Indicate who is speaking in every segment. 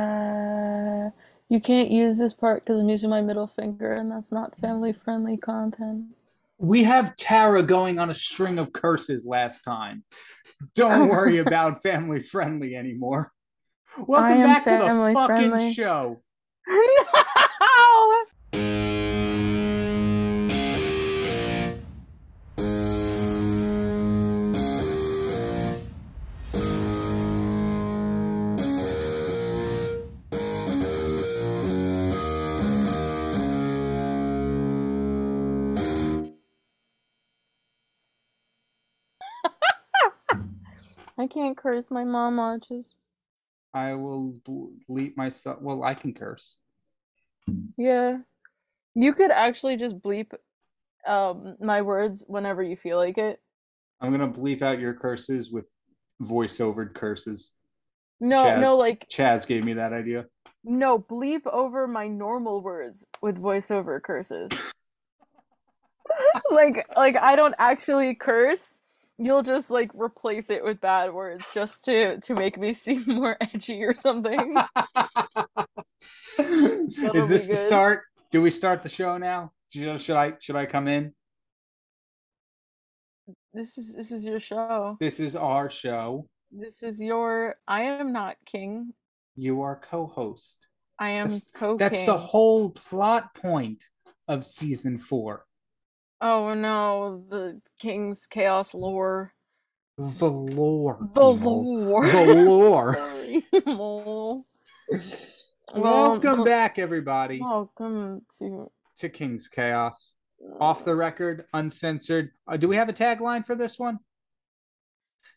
Speaker 1: Uh, you can't use this part because I'm using my middle finger, and that's not family friendly content.
Speaker 2: We have Tara going on a string of curses last time. Don't worry about family friendly anymore.
Speaker 1: Oh, I
Speaker 2: Welcome
Speaker 1: am
Speaker 2: back to the
Speaker 1: family
Speaker 2: fucking
Speaker 1: friendly.
Speaker 2: show.
Speaker 1: no! I can't curse. My mom watches.
Speaker 2: I will bleep myself. Well, I can curse.
Speaker 1: Yeah. You could actually just bleep um my words whenever you feel like it.
Speaker 2: I'm gonna bleep out your curses with voiceover curses.
Speaker 1: No, no,
Speaker 2: Chaz.
Speaker 1: like
Speaker 2: Chaz gave me that idea.
Speaker 1: no, bleep over my normal words with voiceover curses. like like I don't actually curse. You'll just like replace it with bad words just to to make me seem more edgy or something.
Speaker 2: Is this
Speaker 1: be
Speaker 2: the
Speaker 1: good.
Speaker 2: start? Do we start the show now? Should should I should I come in?
Speaker 1: this is this is your show.
Speaker 2: This is our show.
Speaker 1: This is your I am not king.
Speaker 2: You are co-host.
Speaker 1: I am
Speaker 2: That's-
Speaker 1: co-king.
Speaker 2: That's the whole plot point of season four.
Speaker 1: Oh no, the King's Chaos lore.
Speaker 2: The lore.
Speaker 1: The
Speaker 2: people.
Speaker 1: lore.
Speaker 2: The lore.
Speaker 1: Sorry, lol.
Speaker 2: Welcome
Speaker 1: well-
Speaker 2: back, everybody,
Speaker 1: Welcome to.
Speaker 2: to King's Chaos. Off the record, uncensored. Uh, do we have a tagline for this one?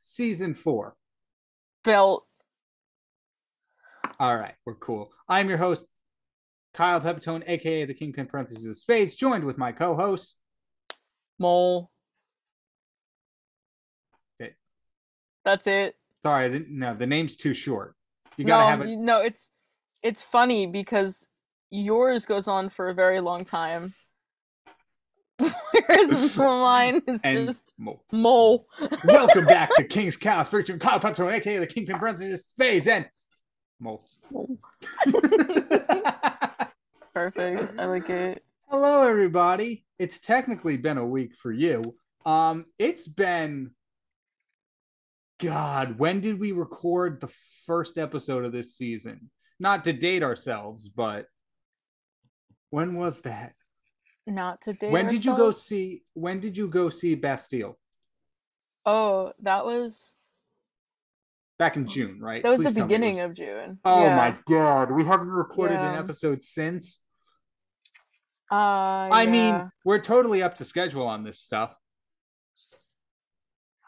Speaker 2: Season four.
Speaker 1: Belt.
Speaker 2: All right, we're cool. I'm your host, Kyle Pepitone, aka the Kingpin Parentheses of Spades, joined with my co-host.
Speaker 1: Mole.
Speaker 2: It-
Speaker 1: That's it.
Speaker 2: Sorry, the, no, the name's too short. You gotta
Speaker 1: no,
Speaker 2: have it.
Speaker 1: you- no, it's it's funny because yours goes on for a very long time. Whereas mine is
Speaker 2: And
Speaker 1: just
Speaker 2: more.
Speaker 1: mole.
Speaker 2: Welcome back to King's Chaos, featuring Kyle Pepitone, aka the Kingpin Parentheses of Spades, and Mole.
Speaker 1: Mole. Perfect. I like it.
Speaker 2: Hello, everybody. It's technically been a week for you. Um, it's been God, when did we record the first episode of this season? Not to date ourselves, but when was that?
Speaker 1: Not today.
Speaker 2: when did you go see when did you go see Bastille?
Speaker 1: Oh, that was
Speaker 2: Back in June, right?
Speaker 1: That was
Speaker 2: Please
Speaker 1: the
Speaker 2: tell me it
Speaker 1: beginning
Speaker 2: was-
Speaker 1: of June.
Speaker 2: Oh
Speaker 1: Yeah.
Speaker 2: my god, we haven't recorded an
Speaker 1: Yeah.
Speaker 2: episode since.
Speaker 1: Uh,
Speaker 2: I
Speaker 1: yeah.
Speaker 2: mean, we're totally up to schedule on this stuff.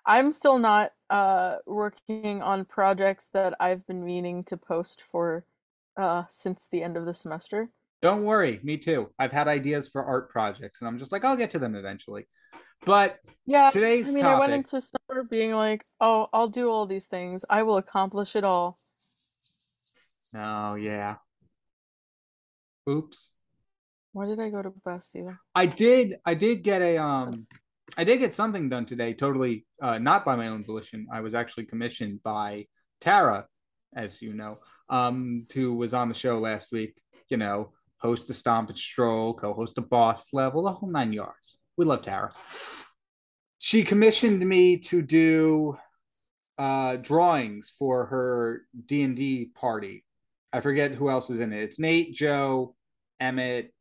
Speaker 1: I'm still not uh working on projects that I've been meaning to post for uh since the end of the semester.
Speaker 2: Don't worry, me too. I've had ideas for art projects, and I'm just like, I'll get to them eventually. But
Speaker 1: Yeah.
Speaker 2: today's
Speaker 1: Uh, I mean, I
Speaker 2: topic,
Speaker 1: went into summer being like, "Oh, I'll do all these things. I will accomplish it all."
Speaker 2: oh yeah, oops,
Speaker 1: Why did I go to Bastille?
Speaker 2: I did, I did get a, um, I did get something done today. Totally, uh, not by my own volition. I was actually commissioned by Tara, as you know, um, who was on the show last week. You know, host a stomp and stroll, co-host a boss level, the whole nine yards. We love Tara. she commissioned me to do uh drawings for her d&d party i forget who else is in it it's nate joe emmett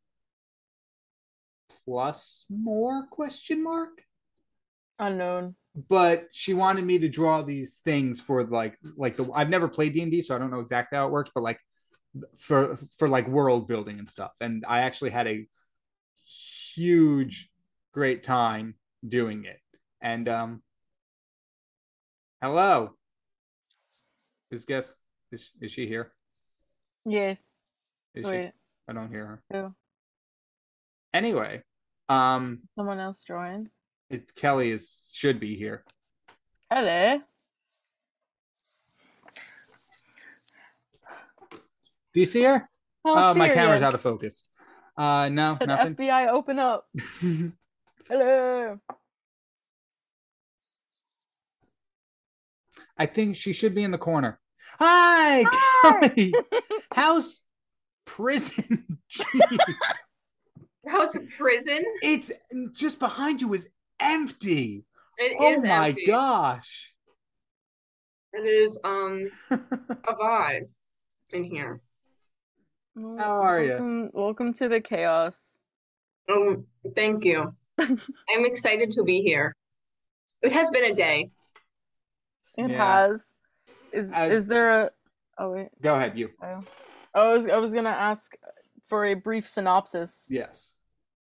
Speaker 2: plus more question mark
Speaker 1: Unknown.
Speaker 2: but she wanted me to draw these things for like like the i've never played d&d so i don't know exactly how it works but like for for like world building and stuff and i actually had a huge great time doing it and um hello is guest is, is she here
Speaker 1: Yeah.
Speaker 2: is she
Speaker 1: Wait.
Speaker 2: i don't hear her
Speaker 1: Who?
Speaker 2: anyway um
Speaker 1: Someone else joined.
Speaker 2: it's kelly is should be here
Speaker 1: Hello.
Speaker 2: do you see her
Speaker 1: I don't
Speaker 2: oh
Speaker 1: see
Speaker 2: my
Speaker 1: her
Speaker 2: camera's
Speaker 1: yet.
Speaker 2: out of focus uh no
Speaker 1: Said
Speaker 2: nothing
Speaker 1: FBI, open up. Hello.
Speaker 2: I think she should be in the corner. Hi,
Speaker 1: Hi!
Speaker 2: Kelly. House prison. Jeez.
Speaker 3: House of Prison.
Speaker 2: it's just behind you is empty.
Speaker 3: It
Speaker 2: oh
Speaker 3: is
Speaker 2: my
Speaker 3: empty.
Speaker 2: gosh.
Speaker 3: It is um a vibe in here.
Speaker 1: Well,
Speaker 2: How are ya?
Speaker 1: Welcome, welcome to the chaos.
Speaker 3: Um, thank you. I'm excited to be here. It has been a day.
Speaker 1: It
Speaker 2: Yeah.
Speaker 1: has. Is
Speaker 2: Uh,
Speaker 1: is there a? Oh wait.
Speaker 2: Go ahead, you.
Speaker 1: Oh. I was I was gonna ask for a brief synopsis.
Speaker 2: Yes.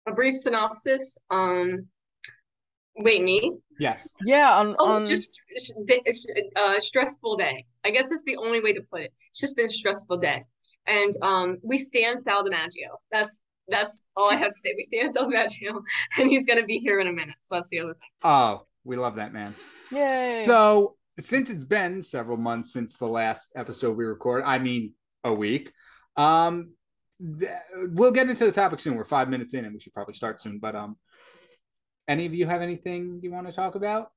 Speaker 3: A brief synopsis. Um, wait, me?
Speaker 2: Yes.
Speaker 1: Yeah. On,
Speaker 3: Oh,
Speaker 1: on
Speaker 3: just sh- d- sh- uh, stressful day. I guess that's the only way to put it. It's just been a stressful day, and um, we stand Sal DiMaggio. That's that's all I have to say. We stand Sal DiMaggio, and he's gonna be here in a minute. So that's the other thing.
Speaker 2: Oh, we love that man.
Speaker 1: yay.
Speaker 2: So, since it's been several months since the last episode we recorded, I mean, a week, um, th- we'll get into the topic soon. We're five minutes in and we should probably start soon. But, um, any of you have anything you want to talk about?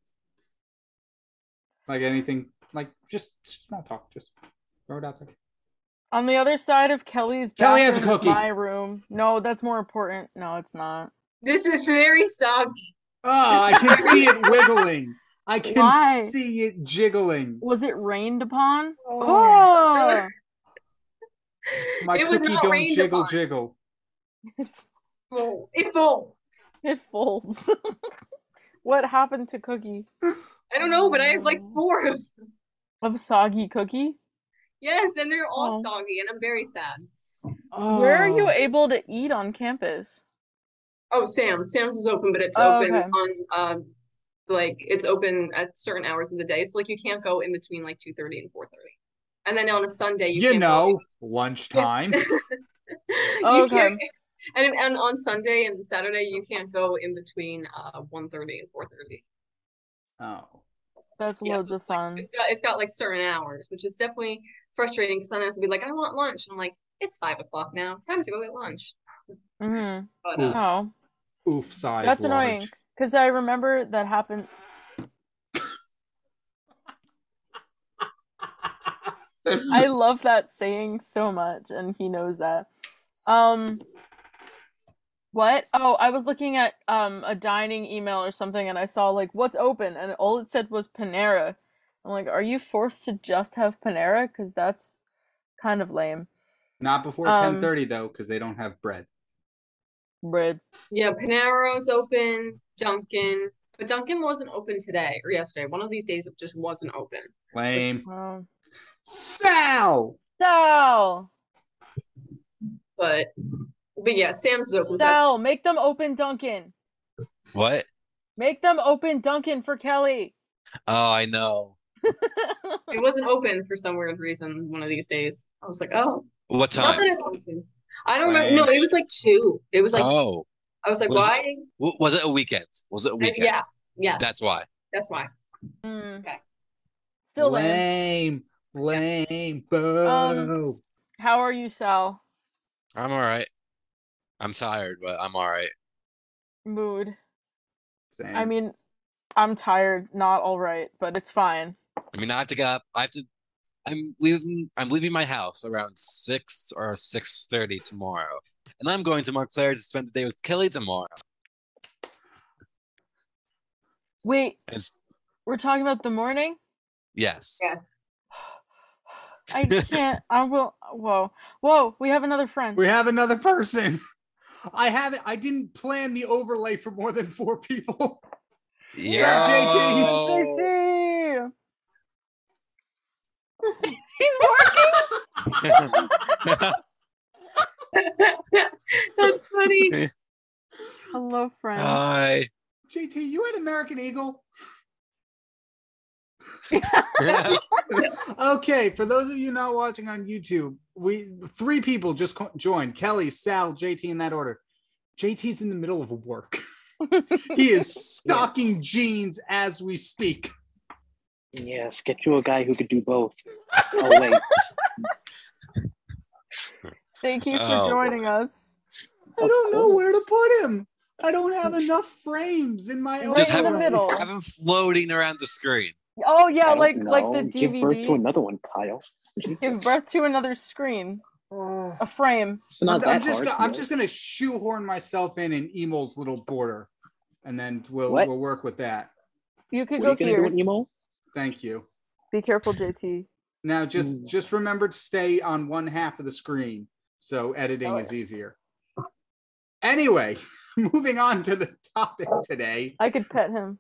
Speaker 2: Like anything, like just small talk, just throw it out there.
Speaker 1: on the other side of Kelly's
Speaker 2: Kelly has a
Speaker 1: bathroom is
Speaker 2: cookie.
Speaker 1: my room. No, that's more important. No, it's not.
Speaker 3: This is very soggy.
Speaker 2: Oh, I can see it wiggling. I can
Speaker 1: Why?
Speaker 2: see it jiggling.
Speaker 1: Was it rained upon?
Speaker 2: Oh,
Speaker 1: Oh.
Speaker 2: my
Speaker 3: it was
Speaker 2: cookie
Speaker 3: not
Speaker 2: don't
Speaker 3: rained
Speaker 2: jiggle,
Speaker 3: upon.
Speaker 2: jiggle.
Speaker 3: Full. It full.
Speaker 1: It folds. what happened to Cookie?
Speaker 3: I don't know, but I have like four of. Them.
Speaker 1: Of soggy Cookie?
Speaker 3: Yes, and they're all
Speaker 1: Oh.
Speaker 3: soggy, and I'm very sad.
Speaker 2: Oh.
Speaker 1: Where are you able to eat on campus?
Speaker 3: Oh, Sam. Sam's is open, but it's
Speaker 1: Oh,
Speaker 3: open
Speaker 1: okay.
Speaker 3: on um like it's open at certain hours of the day. So like you can't go in between like two thirty and four thirty. And then on a Sunday you,
Speaker 2: you,
Speaker 3: can't go
Speaker 2: know, lunchtime.
Speaker 3: in-
Speaker 1: Oh,
Speaker 3: you
Speaker 1: okay.
Speaker 3: can't and, and on Sunday and Saturday you can't go in between uh one thirty and four thirty.
Speaker 2: oh,
Speaker 1: That's
Speaker 3: Yes,
Speaker 1: loads of fun.
Speaker 3: It's got it's got like certain hours, which is definitely frustrating because sometimes I'll be like, I want lunch. And I'm like, it's five o'clock now. Time to go get lunch.
Speaker 1: Mm-hmm.
Speaker 3: But
Speaker 2: Oof.
Speaker 3: uh,
Speaker 1: Oh,
Speaker 2: oof, size.
Speaker 1: that's
Speaker 2: large.
Speaker 1: annoying. Because I remember that happened. I love that saying so much, and he knows that. Um, what? Oh, I was looking at um a dining email or something, and I saw like what's open, and all it said was Panera. I'm like, are you forced to just have Panera? Because that's kind of lame.
Speaker 2: Not before
Speaker 1: Um,
Speaker 2: ten thirty though, because they don't have bread.
Speaker 1: Bread.
Speaker 3: Yeah, Panero's open, Dunkin', but Dunkin' wasn't open today or yesterday. One of these days it just wasn't open.
Speaker 2: Lame.
Speaker 1: Oh.
Speaker 2: Sal.
Speaker 1: Sal,
Speaker 3: But but yeah, Sam's is open. so that's-
Speaker 1: Sal, make them open Duncan.
Speaker 4: What?
Speaker 1: Make them open Duncan for Kelly.
Speaker 4: Oh, I know.
Speaker 3: it wasn't open for some weird reason one of these days. I was like, oh,
Speaker 4: What
Speaker 3: not
Speaker 4: time?
Speaker 3: that I want to. I don't remember. No, it was like two. It was like two.
Speaker 4: oh,
Speaker 3: I was like,
Speaker 4: Was it-
Speaker 3: why?
Speaker 4: W- was it a weekend? Was it a
Speaker 3: Maybe-
Speaker 4: weekend?
Speaker 3: Uh, yeah. Yes,
Speaker 4: That's why.
Speaker 3: that's why.
Speaker 1: Mm.
Speaker 3: Okay.
Speaker 1: Still lame.
Speaker 2: lame. Lame. Boo.
Speaker 1: Um, How are you, Sal?
Speaker 4: I'm all right. I'm tired, but I'm all right.
Speaker 1: Mood.
Speaker 2: Same.
Speaker 1: I mean, I'm tired, not all right, but it's fine.
Speaker 4: I mean, I have to get up. I have to. I'm leaving. I'm leaving my house around six or six thirty tomorrow, and I'm going to Montclair to spend the day with Kelly tomorrow.
Speaker 1: Wait,
Speaker 4: And s-
Speaker 1: we're talking about the morning?
Speaker 4: yes,
Speaker 3: Yeah.
Speaker 1: I can't. I will. Whoa. Whoa, we have another friend.
Speaker 2: we have another person. I haven't. I didn't plan the overlay for more than four people. JT.
Speaker 4: Yo!
Speaker 1: JT! He's working!
Speaker 3: That's funny.
Speaker 1: Hello, friend.
Speaker 5: Uh,
Speaker 4: Hi.
Speaker 2: JT, you had American Eagle. okay, for those of you not watching on YouTube, we three people just co- joined: Kelly, Sal, JT, in that order. JT's in the middle of work. he is stocking jeans as we speak.
Speaker 5: Yes, get you a guy who could do both. Oh wait,
Speaker 1: Thank you for
Speaker 5: uh,
Speaker 4: Oh.
Speaker 1: joining us.
Speaker 2: I
Speaker 5: Of
Speaker 2: don't know
Speaker 5: course.
Speaker 2: where to put him. I don't have enough frames in my
Speaker 1: Right
Speaker 4: Just
Speaker 1: in
Speaker 4: have
Speaker 1: the
Speaker 2: overlay.
Speaker 4: him-
Speaker 1: middle.
Speaker 4: Have him floating around the screen.
Speaker 1: Oh yeah,
Speaker 5: I don't
Speaker 1: like like the
Speaker 5: know. Give birth to
Speaker 1: DVD.
Speaker 5: another one, Kyle.
Speaker 1: Give birth to another screen, a frame.
Speaker 5: It's not
Speaker 2: Uh, I'm, I'm
Speaker 5: that
Speaker 2: just
Speaker 5: hard.
Speaker 2: go- I'm
Speaker 5: Neil.
Speaker 2: just gonna shoehorn myself in in Emil's little border, and then we'll
Speaker 5: What?
Speaker 2: we'll work with that.
Speaker 1: You could
Speaker 5: What
Speaker 1: go
Speaker 5: are you gonna do
Speaker 1: here.
Speaker 5: with Nemo?
Speaker 2: Thank you.
Speaker 1: Be careful, JT.
Speaker 2: Now just
Speaker 5: Mm.
Speaker 2: just remember to stay on one half of the screen, so editing
Speaker 1: Oh,
Speaker 2: is easier. Anyway, moving on to the topic today.
Speaker 1: I could pet him.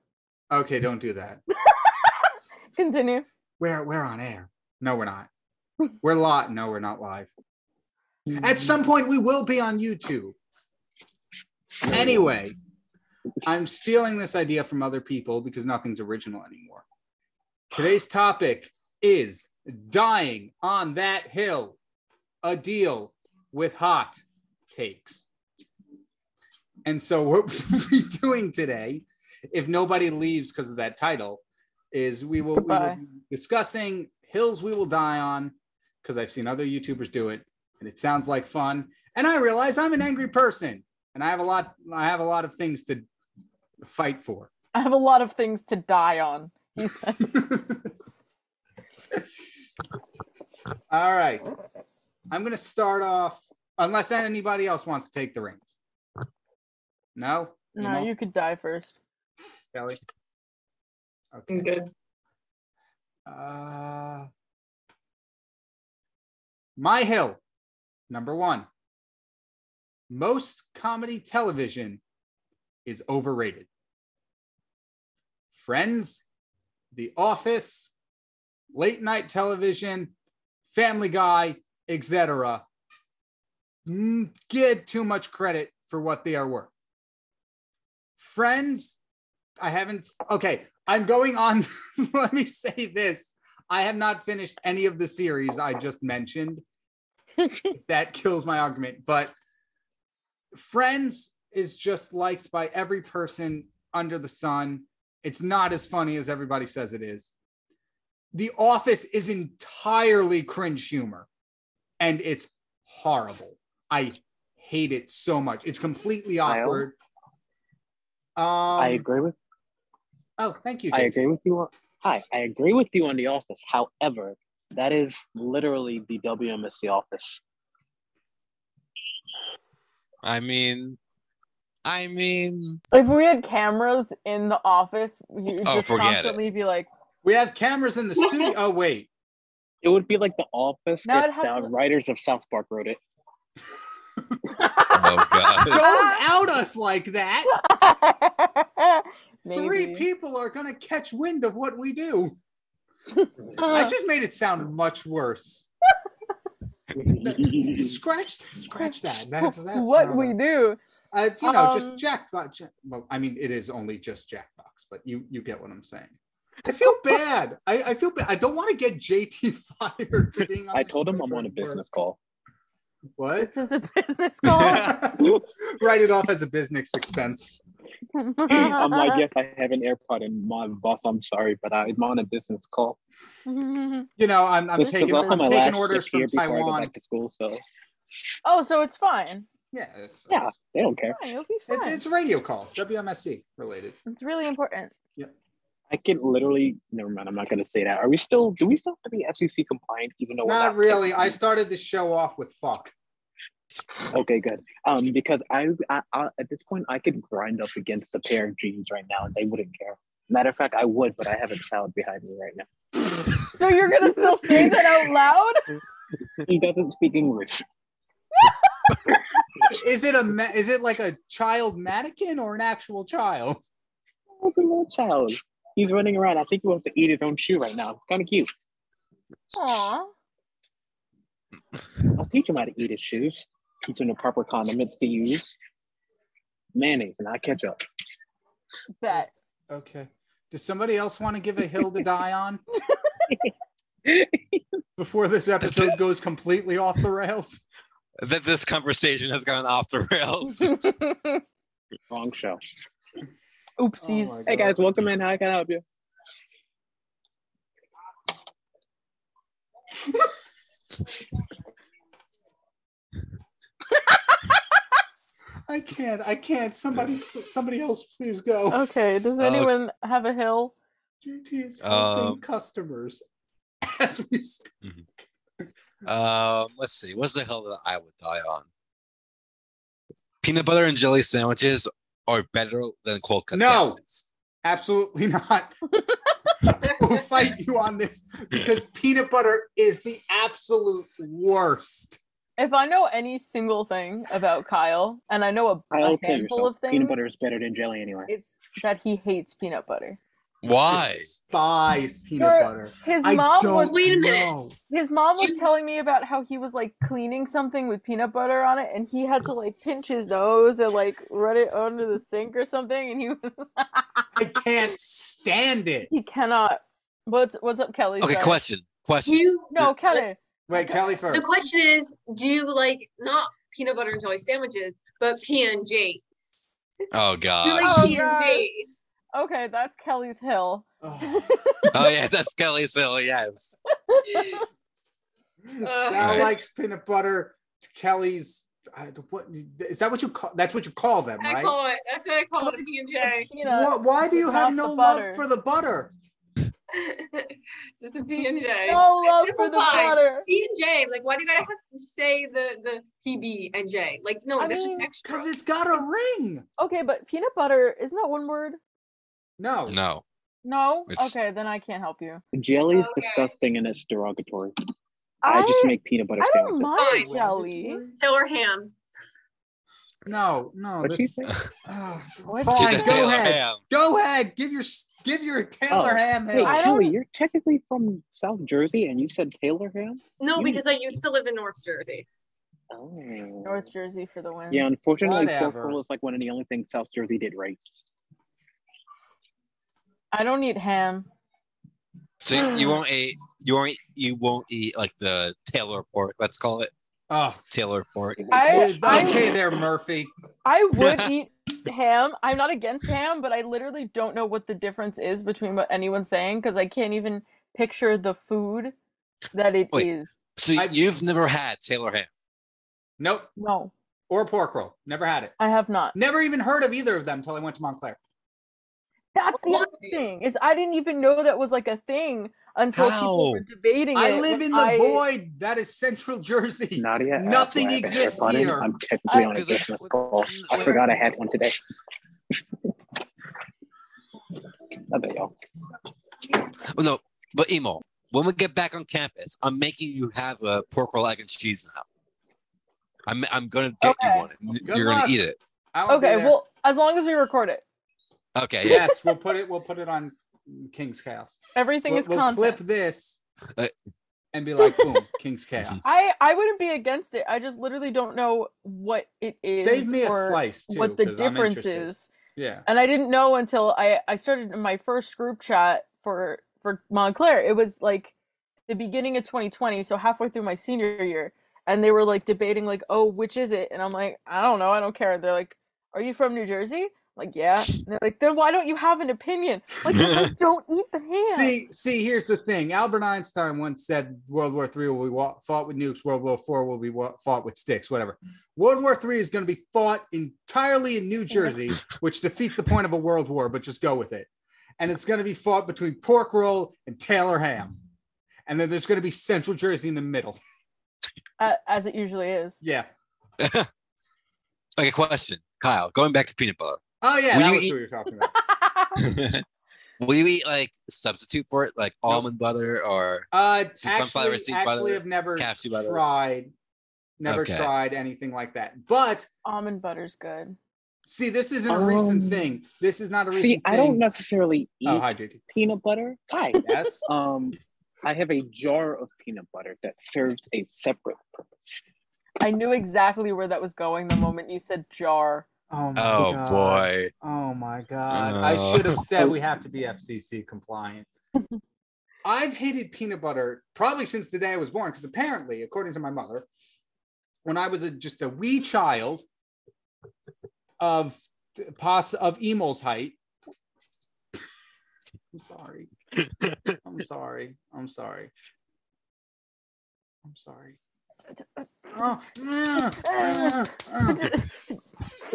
Speaker 2: Okay, don't do that.
Speaker 1: Continue.
Speaker 2: We're we're on air. No, we're not. We're lot. No, we're not live. At some point, we will be on YouTube. Anyway, I'm stealing this idea from other people because nothing's original anymore. Today's topic is dying on that hill, a deal with hot takes. And so, what we'll be doing today, if nobody leaves because of that title, is we will, we will
Speaker 1: Goodbye.
Speaker 2: be discussing hills we will die on because I've seen other YouTubers do it and it sounds like fun. And I realize I'm an angry person and I have a lot I have a lot of things to fight for.
Speaker 1: I have a lot of things to die on. He said.
Speaker 2: All right. I'm going to start off unless anybody else wants to take the reins. No?
Speaker 1: No, you could die first.
Speaker 2: Kelly.
Speaker 3: I'm
Speaker 2: Okay.
Speaker 3: good.
Speaker 2: Uh, My Hill, number one. Most comedy television is overrated. Friends, The Office, late night television, Family Guy, etc. Mm, Get too much credit for what they are worth. Friends, I haven't. Okay, I'm going on. let me say this. I have not finished any of the series I just mentioned. that kills my argument. But Friends is just liked by every person under the sun. It's not as funny as everybody says it is. The Office is entirely cringe humor and it's horrible. I hate it so much. It's completely
Speaker 5: Kyle?
Speaker 2: awkward. Um,
Speaker 5: I agree with
Speaker 2: Oh, thank you.
Speaker 5: I
Speaker 2: Jake.
Speaker 5: agree with you. On, hi, I agree with you on The Office. However, that is literally the WMS The Office.
Speaker 4: I mean, I mean,
Speaker 1: If we had cameras in the office, you'd
Speaker 4: Oh,
Speaker 1: just
Speaker 4: forget it.
Speaker 1: constantly be like,
Speaker 2: We have cameras in the studio. Oh, wait.
Speaker 5: It would be like The Office
Speaker 1: No, it'd
Speaker 5: if
Speaker 1: have
Speaker 5: the
Speaker 1: to-
Speaker 5: writers of South Park wrote it.
Speaker 4: oh god.
Speaker 2: Don't out us like that. Three
Speaker 1: Maybe.
Speaker 2: people are going to catch wind of what we do. I just made it sound much worse.
Speaker 5: Mm.
Speaker 2: Scratch that. Scratch that. That's, that's
Speaker 1: what
Speaker 2: not
Speaker 1: we
Speaker 2: a-
Speaker 1: do.
Speaker 2: Uh, you know, just
Speaker 1: Um,
Speaker 2: Jackbox. Jack, well, I mean, it is only just Jackbox, but you you get what I'm saying. I feel bad. I, I feel bad. I don't want to get JT fired for being on
Speaker 5: I
Speaker 2: the
Speaker 5: told him
Speaker 2: show
Speaker 5: I'm on a
Speaker 2: for-
Speaker 5: business call.
Speaker 2: What?
Speaker 1: This is a business call.
Speaker 2: Write it off as a business expense.
Speaker 5: I'm like, yes, I have an AirPod, and my boss, I'm sorry, but I'm on a business call.
Speaker 2: you know, I'm, I'm
Speaker 5: This was
Speaker 2: taking,
Speaker 5: also
Speaker 2: I'm
Speaker 5: my
Speaker 2: taking
Speaker 5: last
Speaker 2: orders
Speaker 5: shift here
Speaker 2: from
Speaker 5: before I go
Speaker 2: Taiwan.
Speaker 5: back to school, so
Speaker 1: oh, so it's fine.
Speaker 2: Yeah, it's,
Speaker 5: yeah, they don't care.
Speaker 1: Fine, it'll be fine.
Speaker 2: it's, it's a radio call, WMSC related.
Speaker 1: It's really important.
Speaker 5: I can literally. Never mind. I'm not going to say that. Are we still? Do we still have to be FCC compliant? Even though we're
Speaker 2: Not really. I
Speaker 5: technically-
Speaker 2: started the show off with fuck.
Speaker 5: Okay, good. Um, because I, I, I at this point I could grind up against a pair of jeans right now, and they wouldn't care. Matter of fact, I would, but I have a child behind me right now.
Speaker 1: So you're gonna still say that out loud?
Speaker 5: He doesn't speak English.
Speaker 2: Is it a ma- is it like a child mannequin or an actual child?
Speaker 5: He's a little child. He's running around. I think he wants to eat his own shoe right now. It's kind of cute.
Speaker 1: Aw.
Speaker 5: I'll teach him how to eat his shoes. Teach him the proper condiments to use. Mayonnaise, not ketchup.
Speaker 1: Bet.
Speaker 2: Okay. Does somebody else want to give a hill to die on before this episode goes completely off the rails?
Speaker 4: that this conversation has gone off the rails.
Speaker 5: Wrong show.
Speaker 1: Oopsies.
Speaker 2: Oh my
Speaker 5: Hey guys, welcome in. How can I help you?
Speaker 2: I can't. I can't. Somebody, somebody else, please go.
Speaker 1: okay, does
Speaker 4: Uh,
Speaker 1: anyone have a hill?
Speaker 2: JT is
Speaker 4: Um,
Speaker 2: helping customers as we speak.
Speaker 4: Um, let's see. What's the hell that I would die on? Peanut butter and jelly sandwiches are better than cold cut
Speaker 2: No.
Speaker 4: sandwiches.
Speaker 2: Absolutely not. we'll fight you on this because peanut butter is the absolute worst.
Speaker 1: If I know any single thing about Kyle, and I know a,
Speaker 5: I'll
Speaker 1: a
Speaker 5: tell
Speaker 1: handful
Speaker 5: yourself.
Speaker 1: of things,
Speaker 5: Peanut butter is better than jelly anyway.
Speaker 1: it's that he hates peanut butter.
Speaker 4: Why?
Speaker 2: Despise peanut
Speaker 1: You're-
Speaker 2: butter.
Speaker 1: His
Speaker 2: I
Speaker 1: mom
Speaker 2: don't
Speaker 1: was
Speaker 3: Wait a minute.
Speaker 2: know.
Speaker 1: his mom was
Speaker 3: You-
Speaker 1: telling me about how he was like cleaning something with peanut butter on it, and he had to like pinch his nose and like run it under the sink or something, and he
Speaker 2: I can't stand it.
Speaker 1: he cannot. What's what's up, Kelly?
Speaker 4: Okay,
Speaker 1: Sorry.
Speaker 4: question.
Speaker 3: Do
Speaker 4: Question.
Speaker 3: you
Speaker 1: No, Kelly.
Speaker 2: Wait, Kelly
Speaker 3: The
Speaker 2: first.
Speaker 3: question is, do you like not peanut butter and jelly sandwiches, but PNJs?
Speaker 4: Oh
Speaker 3: Do you
Speaker 4: god.
Speaker 3: like
Speaker 1: Oh,
Speaker 3: PNJs?
Speaker 1: Okay, that's Kelly's hill.
Speaker 2: Ugh.
Speaker 4: Oh yeah, that's Kelly's Hill, yes.
Speaker 2: Sal likes peanut butter. Kelly's. I, what is that? What you call? That's what you call them,
Speaker 3: I
Speaker 2: right?
Speaker 3: call it. That's what I call it,
Speaker 1: The
Speaker 3: PNJ.
Speaker 1: peanut.
Speaker 2: Wh- why do you
Speaker 1: but
Speaker 2: have
Speaker 1: not the
Speaker 2: no love
Speaker 1: butter.
Speaker 2: for the butter?
Speaker 3: Just a PNJ.
Speaker 1: No love for the
Speaker 3: Simplified.
Speaker 1: butter.
Speaker 3: PNJ. Like, why do you gotta have to say the the PB and J? Like, no,
Speaker 1: I
Speaker 3: that's just
Speaker 1: mean,
Speaker 3: extra.
Speaker 2: Because it's got a ring.
Speaker 1: Okay, but peanut butter isn't that one word?
Speaker 2: No.
Speaker 4: No.
Speaker 1: No.
Speaker 4: It's-
Speaker 1: Okay, then I can't help you.
Speaker 5: Jelly is
Speaker 3: Okay.
Speaker 5: disgusting and it's derogatory. I,
Speaker 1: I
Speaker 5: just make peanut butter
Speaker 1: I don't
Speaker 5: sandwiches.
Speaker 1: mind
Speaker 3: Fine.
Speaker 1: jelly.
Speaker 3: Hill or ham.
Speaker 2: No. No.
Speaker 5: What'd she
Speaker 2: This,
Speaker 5: say?
Speaker 2: Ugh,
Speaker 1: What'd
Speaker 2: Paul,
Speaker 1: she Fine,
Speaker 4: She's a
Speaker 1: go
Speaker 4: Taylor
Speaker 2: Oh, ahead.
Speaker 4: Ham.
Speaker 2: Go ahead. Give your s- give your Taylor
Speaker 5: Oh,
Speaker 2: Ham
Speaker 5: Hey,
Speaker 2: hill.
Speaker 1: I don't-
Speaker 5: Kelly, you're technically from South Jersey and you said Taylor Ham?
Speaker 3: No,
Speaker 5: You-
Speaker 3: because I used to live in North Jersey.
Speaker 5: Oh.
Speaker 1: North Jersey for the win.
Speaker 5: Yeah, unfortunately, pork
Speaker 2: Whatever.
Speaker 5: roll is like one of the only things South Jersey did right.
Speaker 1: I don't eat ham.
Speaker 4: So you- you won't eat you won't you won't eat like the Taylor pork, let's call it
Speaker 2: Oh,
Speaker 4: Taylor pork.
Speaker 1: I I,
Speaker 2: okay, there, Murphy.
Speaker 1: I would eat ham. I'm not against ham, but I literally don't know what the difference is between what anyone's saying because I can't even picture the food that it is.
Speaker 4: Wait. So
Speaker 2: I-
Speaker 4: you've never had Taylor Ham.
Speaker 2: Nope.
Speaker 1: No,
Speaker 2: Or pork roll. Never had it.
Speaker 1: I have not.
Speaker 2: Never even heard of either of them until I went to Montclair.
Speaker 1: That's the
Speaker 3: Well,
Speaker 1: other thing is I didn't even know that was like a thing until people were
Speaker 4: How?
Speaker 1: debating it.
Speaker 2: I live
Speaker 1: when
Speaker 2: in the
Speaker 1: I-
Speaker 2: void. That is Central Jersey.
Speaker 5: Nadia, asked
Speaker 2: Nothing
Speaker 5: why I have extra
Speaker 2: exists
Speaker 5: butter.
Speaker 2: here.
Speaker 5: I'm technically
Speaker 1: I-
Speaker 5: on a
Speaker 4: 'Cause I-
Speaker 5: Christmas call. I
Speaker 4: where-
Speaker 5: forgot I had one today. I bet y'all.
Speaker 4: Well, no, but Emo, when we get back on campus, I'm making you have a pork roll, egg, and cheese now. I'm I'm gonna get
Speaker 1: Okay.
Speaker 4: you one. and
Speaker 2: Good
Speaker 4: You're
Speaker 2: luck.
Speaker 4: gonna eat it.
Speaker 2: I won't be
Speaker 1: Okay,
Speaker 2: there.
Speaker 1: well, as long as we record it,
Speaker 4: Okay, yeah.
Speaker 2: yes, we'll put it. We'll put it on King's Chaos.
Speaker 1: everything
Speaker 2: we'll
Speaker 1: is
Speaker 2: we'll
Speaker 1: content.
Speaker 2: flip this
Speaker 4: Uh,
Speaker 2: and be like, boom, King's Chaos.
Speaker 1: I I wouldn't be against it. I just literally don't know what it is.
Speaker 2: Save me a
Speaker 1: or
Speaker 2: slice too.
Speaker 1: What the
Speaker 2: 'cause I'm
Speaker 1: difference
Speaker 2: interested.
Speaker 1: is,
Speaker 2: Yeah.
Speaker 1: and I didn't know until I I started my first group chat for for Montclair. It was like the beginning of 2020, so halfway through my senior year, and they were like debating like, oh, which is it? And I'm like, I don't know, I don't care. They're like, are you from New Jersey? I'm like, yeah. And they're like, then why don't you have an opinion? I'm Like, 'cause I don't eat the ham.
Speaker 2: See, see, here's the thing. Albert Einstein once said World War Three will be wa- fought with nukes, World War Four will be wa- fought with sticks, whatever. World War Three is going to be fought entirely in New Jersey, which defeats the point of a world war, but just go with it. And it's going to be fought between pork roll and Taylor ham. And then there's going to be Central Jersey in the middle.
Speaker 1: A- as it usually is.
Speaker 2: Yeah.
Speaker 4: okay, question, Kyle. Going back to peanut butter,
Speaker 2: Oh, yeah.
Speaker 4: Will
Speaker 2: that
Speaker 4: you
Speaker 2: was
Speaker 4: eat-
Speaker 2: what we were talking about.
Speaker 4: will you eat like substitute for it, like almond butter or
Speaker 2: Uh,
Speaker 4: s-
Speaker 2: actually, actually, I've never
Speaker 4: cashew butter.
Speaker 2: tried, never
Speaker 4: Okay.
Speaker 2: tried anything like that. But
Speaker 1: Almond butter's good.
Speaker 2: see, this isn't a recent
Speaker 5: Um,
Speaker 2: thing. This is not a recent
Speaker 5: See,
Speaker 2: thing.
Speaker 5: I don't necessarily eat
Speaker 2: Oh, hi, JT.
Speaker 5: peanut butter. Hi.
Speaker 2: Yes.
Speaker 5: Um, I have a jar of peanut butter that serves a separate purpose.
Speaker 1: I knew exactly where that was going the moment you said jar.
Speaker 2: Oh, my
Speaker 4: Oh
Speaker 2: God.
Speaker 4: boy.
Speaker 2: Oh my god.
Speaker 4: Oh.
Speaker 2: I should have said we have to be FCC compliant. I've hated peanut butter probably since the day I was born because apparently, according to my mother, when I was a, just a wee child of pos of Emil's height. I'm sorry. I'm sorry. I'm sorry. I'm sorry. Oh, mm, mm, mm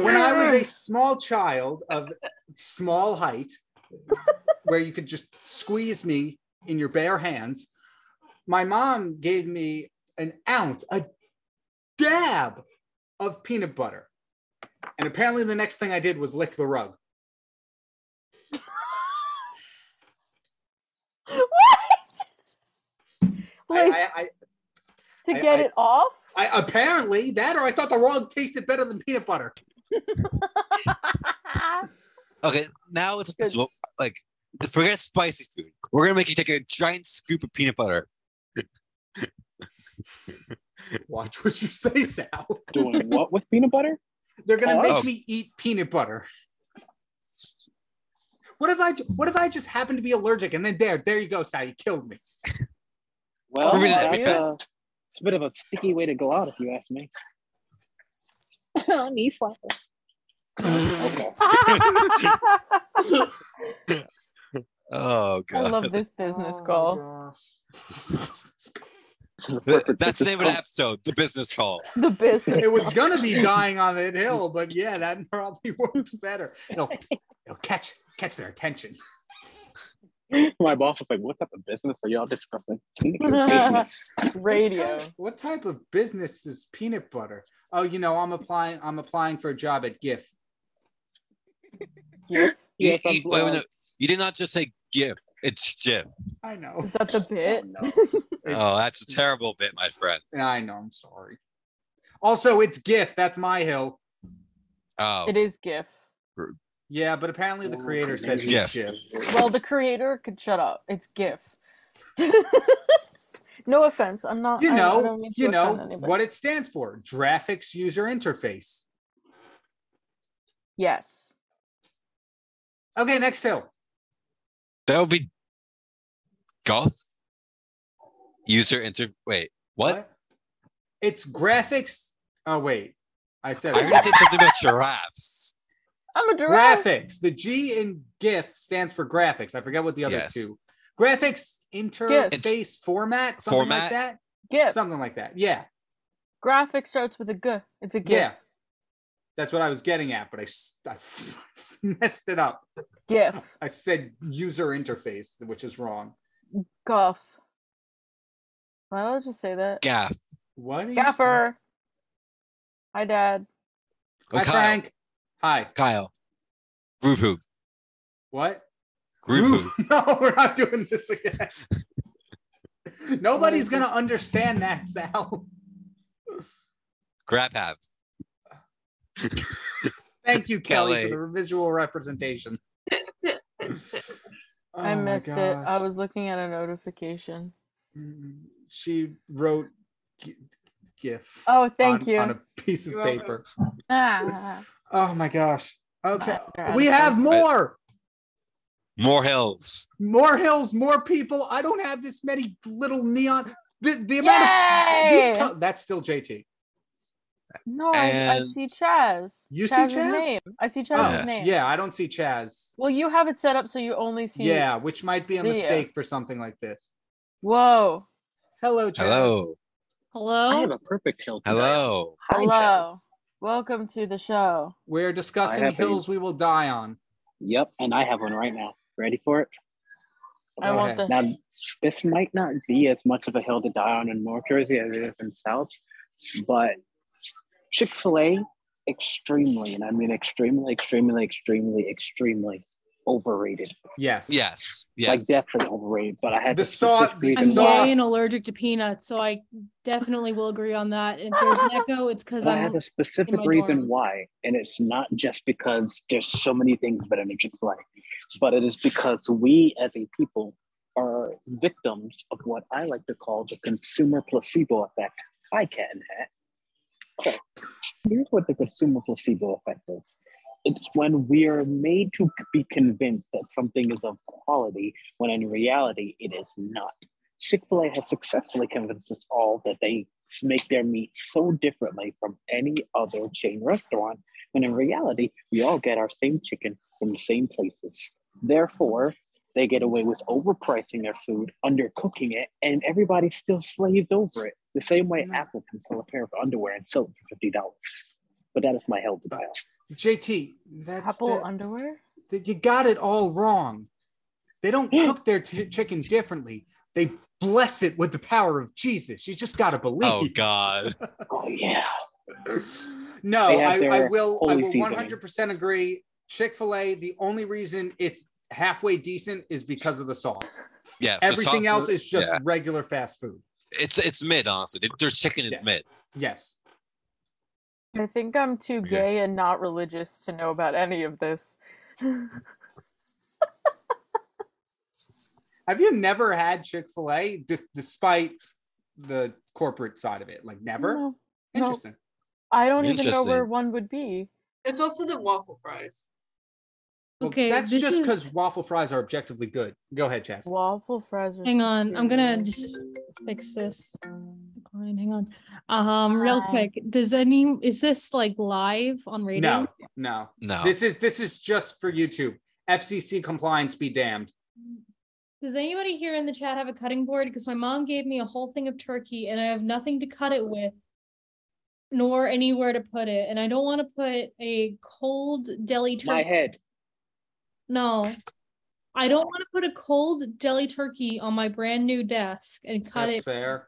Speaker 2: when I was a small child of small height, where you could just squeeze me in your bare hands. My mom gave me an ounce, a dab of peanut butter. And apparently, the next thing I did was lick the rug.
Speaker 1: what?
Speaker 2: I-
Speaker 1: Like
Speaker 2: I, I,
Speaker 1: to
Speaker 2: I-
Speaker 1: get
Speaker 2: I-
Speaker 1: it off?
Speaker 2: I apparently that, or I thought the rug tasted better than peanut butter.
Speaker 4: Okay, now it's
Speaker 1: Good.
Speaker 4: official. Like, forget spicy food. We're gonna make you take a giant scoop of peanut butter.
Speaker 2: Watch what you say, Sal.
Speaker 5: Doing what with peanut butter?
Speaker 2: They're gonna make
Speaker 4: Oh.
Speaker 2: me eat peanut butter. What if I? What if I just happen to be allergic, and then there, there you go, Sal. You killed me.
Speaker 5: Well,
Speaker 4: Remember
Speaker 1: that
Speaker 5: that's,
Speaker 1: bit?
Speaker 5: uh, it's a bit of a sticky way to go out, if you ask me. Knee slapper. Okay.
Speaker 1: I
Speaker 4: Oh god.
Speaker 1: love this business
Speaker 2: Oh,
Speaker 1: call.
Speaker 4: Th- That's the name of the episode, the business call.
Speaker 1: The business.
Speaker 2: it was gonna be dying on that hill, but yeah, that probably works better. It'll, it'll catch catch their attention.
Speaker 5: My boss was like, "What type of business are y'all discussing?" business.
Speaker 2: What
Speaker 1: Radio.
Speaker 2: type, what type of business is peanut butter? Oh, you know, I'm applying. I'm applying for a job at GIF.
Speaker 1: Gif?
Speaker 5: Yes,
Speaker 4: you,
Speaker 5: I'm
Speaker 4: you- wait, wait,
Speaker 5: glad.
Speaker 4: no. You did not just say GIF. It's Jim.
Speaker 2: I know.
Speaker 1: Is that the bit?
Speaker 5: Oh,
Speaker 4: Oh, that's a terrible bit, my friend.
Speaker 2: I know. I'm sorry. Also, it's GIF. That's my hill.
Speaker 4: Oh,
Speaker 1: It is GIF.
Speaker 2: Yeah, but apparently the creator says it's
Speaker 4: GIF.
Speaker 2: GIF.
Speaker 1: Well, the creator could shut up. It's GIF. no offense. I'm not.
Speaker 2: You
Speaker 1: I- I
Speaker 2: know,
Speaker 1: don't mean to
Speaker 2: you know
Speaker 1: offend anybody.
Speaker 2: what it stands for. Graphics user interface.
Speaker 1: Yes.
Speaker 2: Okay, next hill.
Speaker 4: that would be golf user inter. Wait, what?
Speaker 2: It's graphics. Oh wait, I said
Speaker 4: I
Speaker 2: it.
Speaker 4: already said something about giraffes.
Speaker 1: I'm a giraffe.
Speaker 2: graphics. The G in GIF stands for graphics. I forget what the other
Speaker 4: Yes.
Speaker 2: two. Graphics interface format, something like
Speaker 4: Format?
Speaker 2: that.
Speaker 1: GIF.
Speaker 2: Something like that. Yeah,
Speaker 1: Graphic starts with a G. It's a GIF.
Speaker 2: yeah. That's what I was getting at, but I, s- I f- messed it up.
Speaker 1: GIF.
Speaker 2: I said user interface, which is wrong.
Speaker 1: Guff. Am I allowed to say that?
Speaker 4: Gaff.
Speaker 2: What? Are you saying?
Speaker 1: Gaffer. Hi, Dad.
Speaker 4: Oh,
Speaker 2: Hi,
Speaker 4: Kyle.
Speaker 2: Frank. Hi.
Speaker 4: Kyle. Group hoop.
Speaker 2: What?
Speaker 4: Group hoop.
Speaker 2: No, we're not doing this again. Nobody's gonna understand that, Sal.
Speaker 4: Grab have.
Speaker 2: Thank you, Kelly,
Speaker 4: Kelly.
Speaker 2: for the visual representation.
Speaker 1: I
Speaker 2: Oh my
Speaker 1: missed it. I
Speaker 2: gosh.
Speaker 1: was looking at a notification.
Speaker 2: Mm, She wrote g- GIF.
Speaker 1: Oh, thank
Speaker 2: on-
Speaker 1: you.
Speaker 2: On a piece of
Speaker 3: You're welcome.
Speaker 2: paper.
Speaker 1: Ah.
Speaker 2: Oh my gosh. Okay.
Speaker 1: God.
Speaker 2: Uh, We have more.
Speaker 4: More hills.
Speaker 2: More hills, more people. I don't have this many little neon. The, the amount of
Speaker 1: Yay!
Speaker 2: these co- that's still JT.
Speaker 1: no, I, I see
Speaker 4: And-
Speaker 1: Chaz.
Speaker 2: You see
Speaker 1: Chaz's
Speaker 2: Chaz?
Speaker 1: Name. I see
Speaker 2: Oh,
Speaker 1: Chaz's name.
Speaker 2: yeah, I don't see Chaz.
Speaker 1: Well, you have it set up so you only see.
Speaker 2: Yeah, which might be a
Speaker 1: Video.
Speaker 2: mistake for something like this.
Speaker 1: Whoa.
Speaker 2: Hello, Chaz.
Speaker 4: Hello.
Speaker 5: I have
Speaker 1: Hello.
Speaker 5: a perfect hill. today.
Speaker 4: Hello.
Speaker 5: Hi, Joe.
Speaker 1: Hello. Welcome to the show.
Speaker 2: We're
Speaker 5: I
Speaker 2: discussing
Speaker 5: have a-
Speaker 2: hills we will die on.
Speaker 5: Yep, and I have one right now. Ready for it?
Speaker 1: I
Speaker 2: Go
Speaker 1: want
Speaker 2: ahead.
Speaker 1: the.
Speaker 5: Now, this might not be as much of a hill to die on in North Jersey as it is in South, but Chick fil A, extremely, and I mean extremely, extremely, extremely, extremely overrated.
Speaker 2: Yes.
Speaker 4: Yes. Yes.
Speaker 5: Like, definitely overrated, but I had
Speaker 2: The
Speaker 5: this
Speaker 2: sau-
Speaker 5: specific
Speaker 2: the
Speaker 5: reason
Speaker 6: I'm
Speaker 5: why-
Speaker 2: Sauce.
Speaker 6: gay and allergic to peanuts, so I definitely will agree on that. And if there's an echo, it's because
Speaker 5: but Oh, I have
Speaker 6: I'm
Speaker 5: a specific
Speaker 6: in my
Speaker 5: reason
Speaker 6: dorm.
Speaker 5: why, and it's not just because there's so many things better than Chick Fil A, but it is because we as a people are victims of what I like to call the consumer placebo effect. Hi, cat and hat. So here's what the consumer placebo effect is. It's when we are made to be convinced that something is of quality when in reality it is not. Chick fil A has successfully convinced us all that they make their meat so differently from any other chain restaurant, when in reality, we all get our same chicken from the same places. Therefore, they get away with overpricing their food, undercooking it, and everybody's still slaved over it. The same way
Speaker 1: Mm-hmm.
Speaker 5: Apple can sell a pair of underwear and soap for $50. But that is my hell to buy.
Speaker 2: JT, that's
Speaker 1: Apple
Speaker 2: the-
Speaker 1: underwear?
Speaker 2: that you got it all wrong. They don't cook their t- chicken differently. They bless it with the power of Jesus. You just gotta believe.
Speaker 4: Oh God.
Speaker 5: Oh yeah.
Speaker 2: No,
Speaker 5: They have
Speaker 2: I, I
Speaker 5: their
Speaker 2: will. I
Speaker 5: holy
Speaker 2: will
Speaker 5: seasoning.
Speaker 2: one hundred percent agree. Chick Fil A. The only reason it's halfway decent is because of the sauce.
Speaker 4: Yeah. so
Speaker 2: Everything else
Speaker 4: sauce-
Speaker 2: is just
Speaker 4: yeah.
Speaker 2: regular fast food.
Speaker 4: It's it's mid honestly. Their- Their chicken is
Speaker 2: Yeah.
Speaker 4: mid.
Speaker 2: Yes.
Speaker 1: I think I'm too
Speaker 4: Okay.
Speaker 1: gay and not religious to know about any of this.
Speaker 2: Have you never had Chick Fil A, d- despite the corporate side of it? Like never.
Speaker 1: No, no.
Speaker 2: Interesting.
Speaker 1: I don't even know where
Speaker 4: Interesting.
Speaker 1: one would be.
Speaker 3: It's also the waffle fries.
Speaker 2: Well,
Speaker 6: Okay,
Speaker 2: that's
Speaker 6: this
Speaker 2: just
Speaker 6: is-
Speaker 2: because waffle fries are objectively good. Go ahead, Chas.
Speaker 1: Waffle fries. Are
Speaker 6: Hang on, I'm
Speaker 1: superior.
Speaker 6: gonna just fix this. Decline. Hang on. Um, real
Speaker 1: Hi.
Speaker 6: quick. Does any is this like live on radio?
Speaker 2: No, no.
Speaker 4: No.
Speaker 2: This is this is just for YouTube. FCC compliance be damned.
Speaker 6: Does anybody here in the chat have a cutting board? Because my mom gave me a whole thing of turkey and I have nothing to cut it with, nor anywhere to put it. And I don't want to put a cold deli turkey.
Speaker 5: My head.
Speaker 6: No. I don't want to put a cold deli turkey on my brand new desk and cut
Speaker 2: That's
Speaker 6: it
Speaker 2: fair.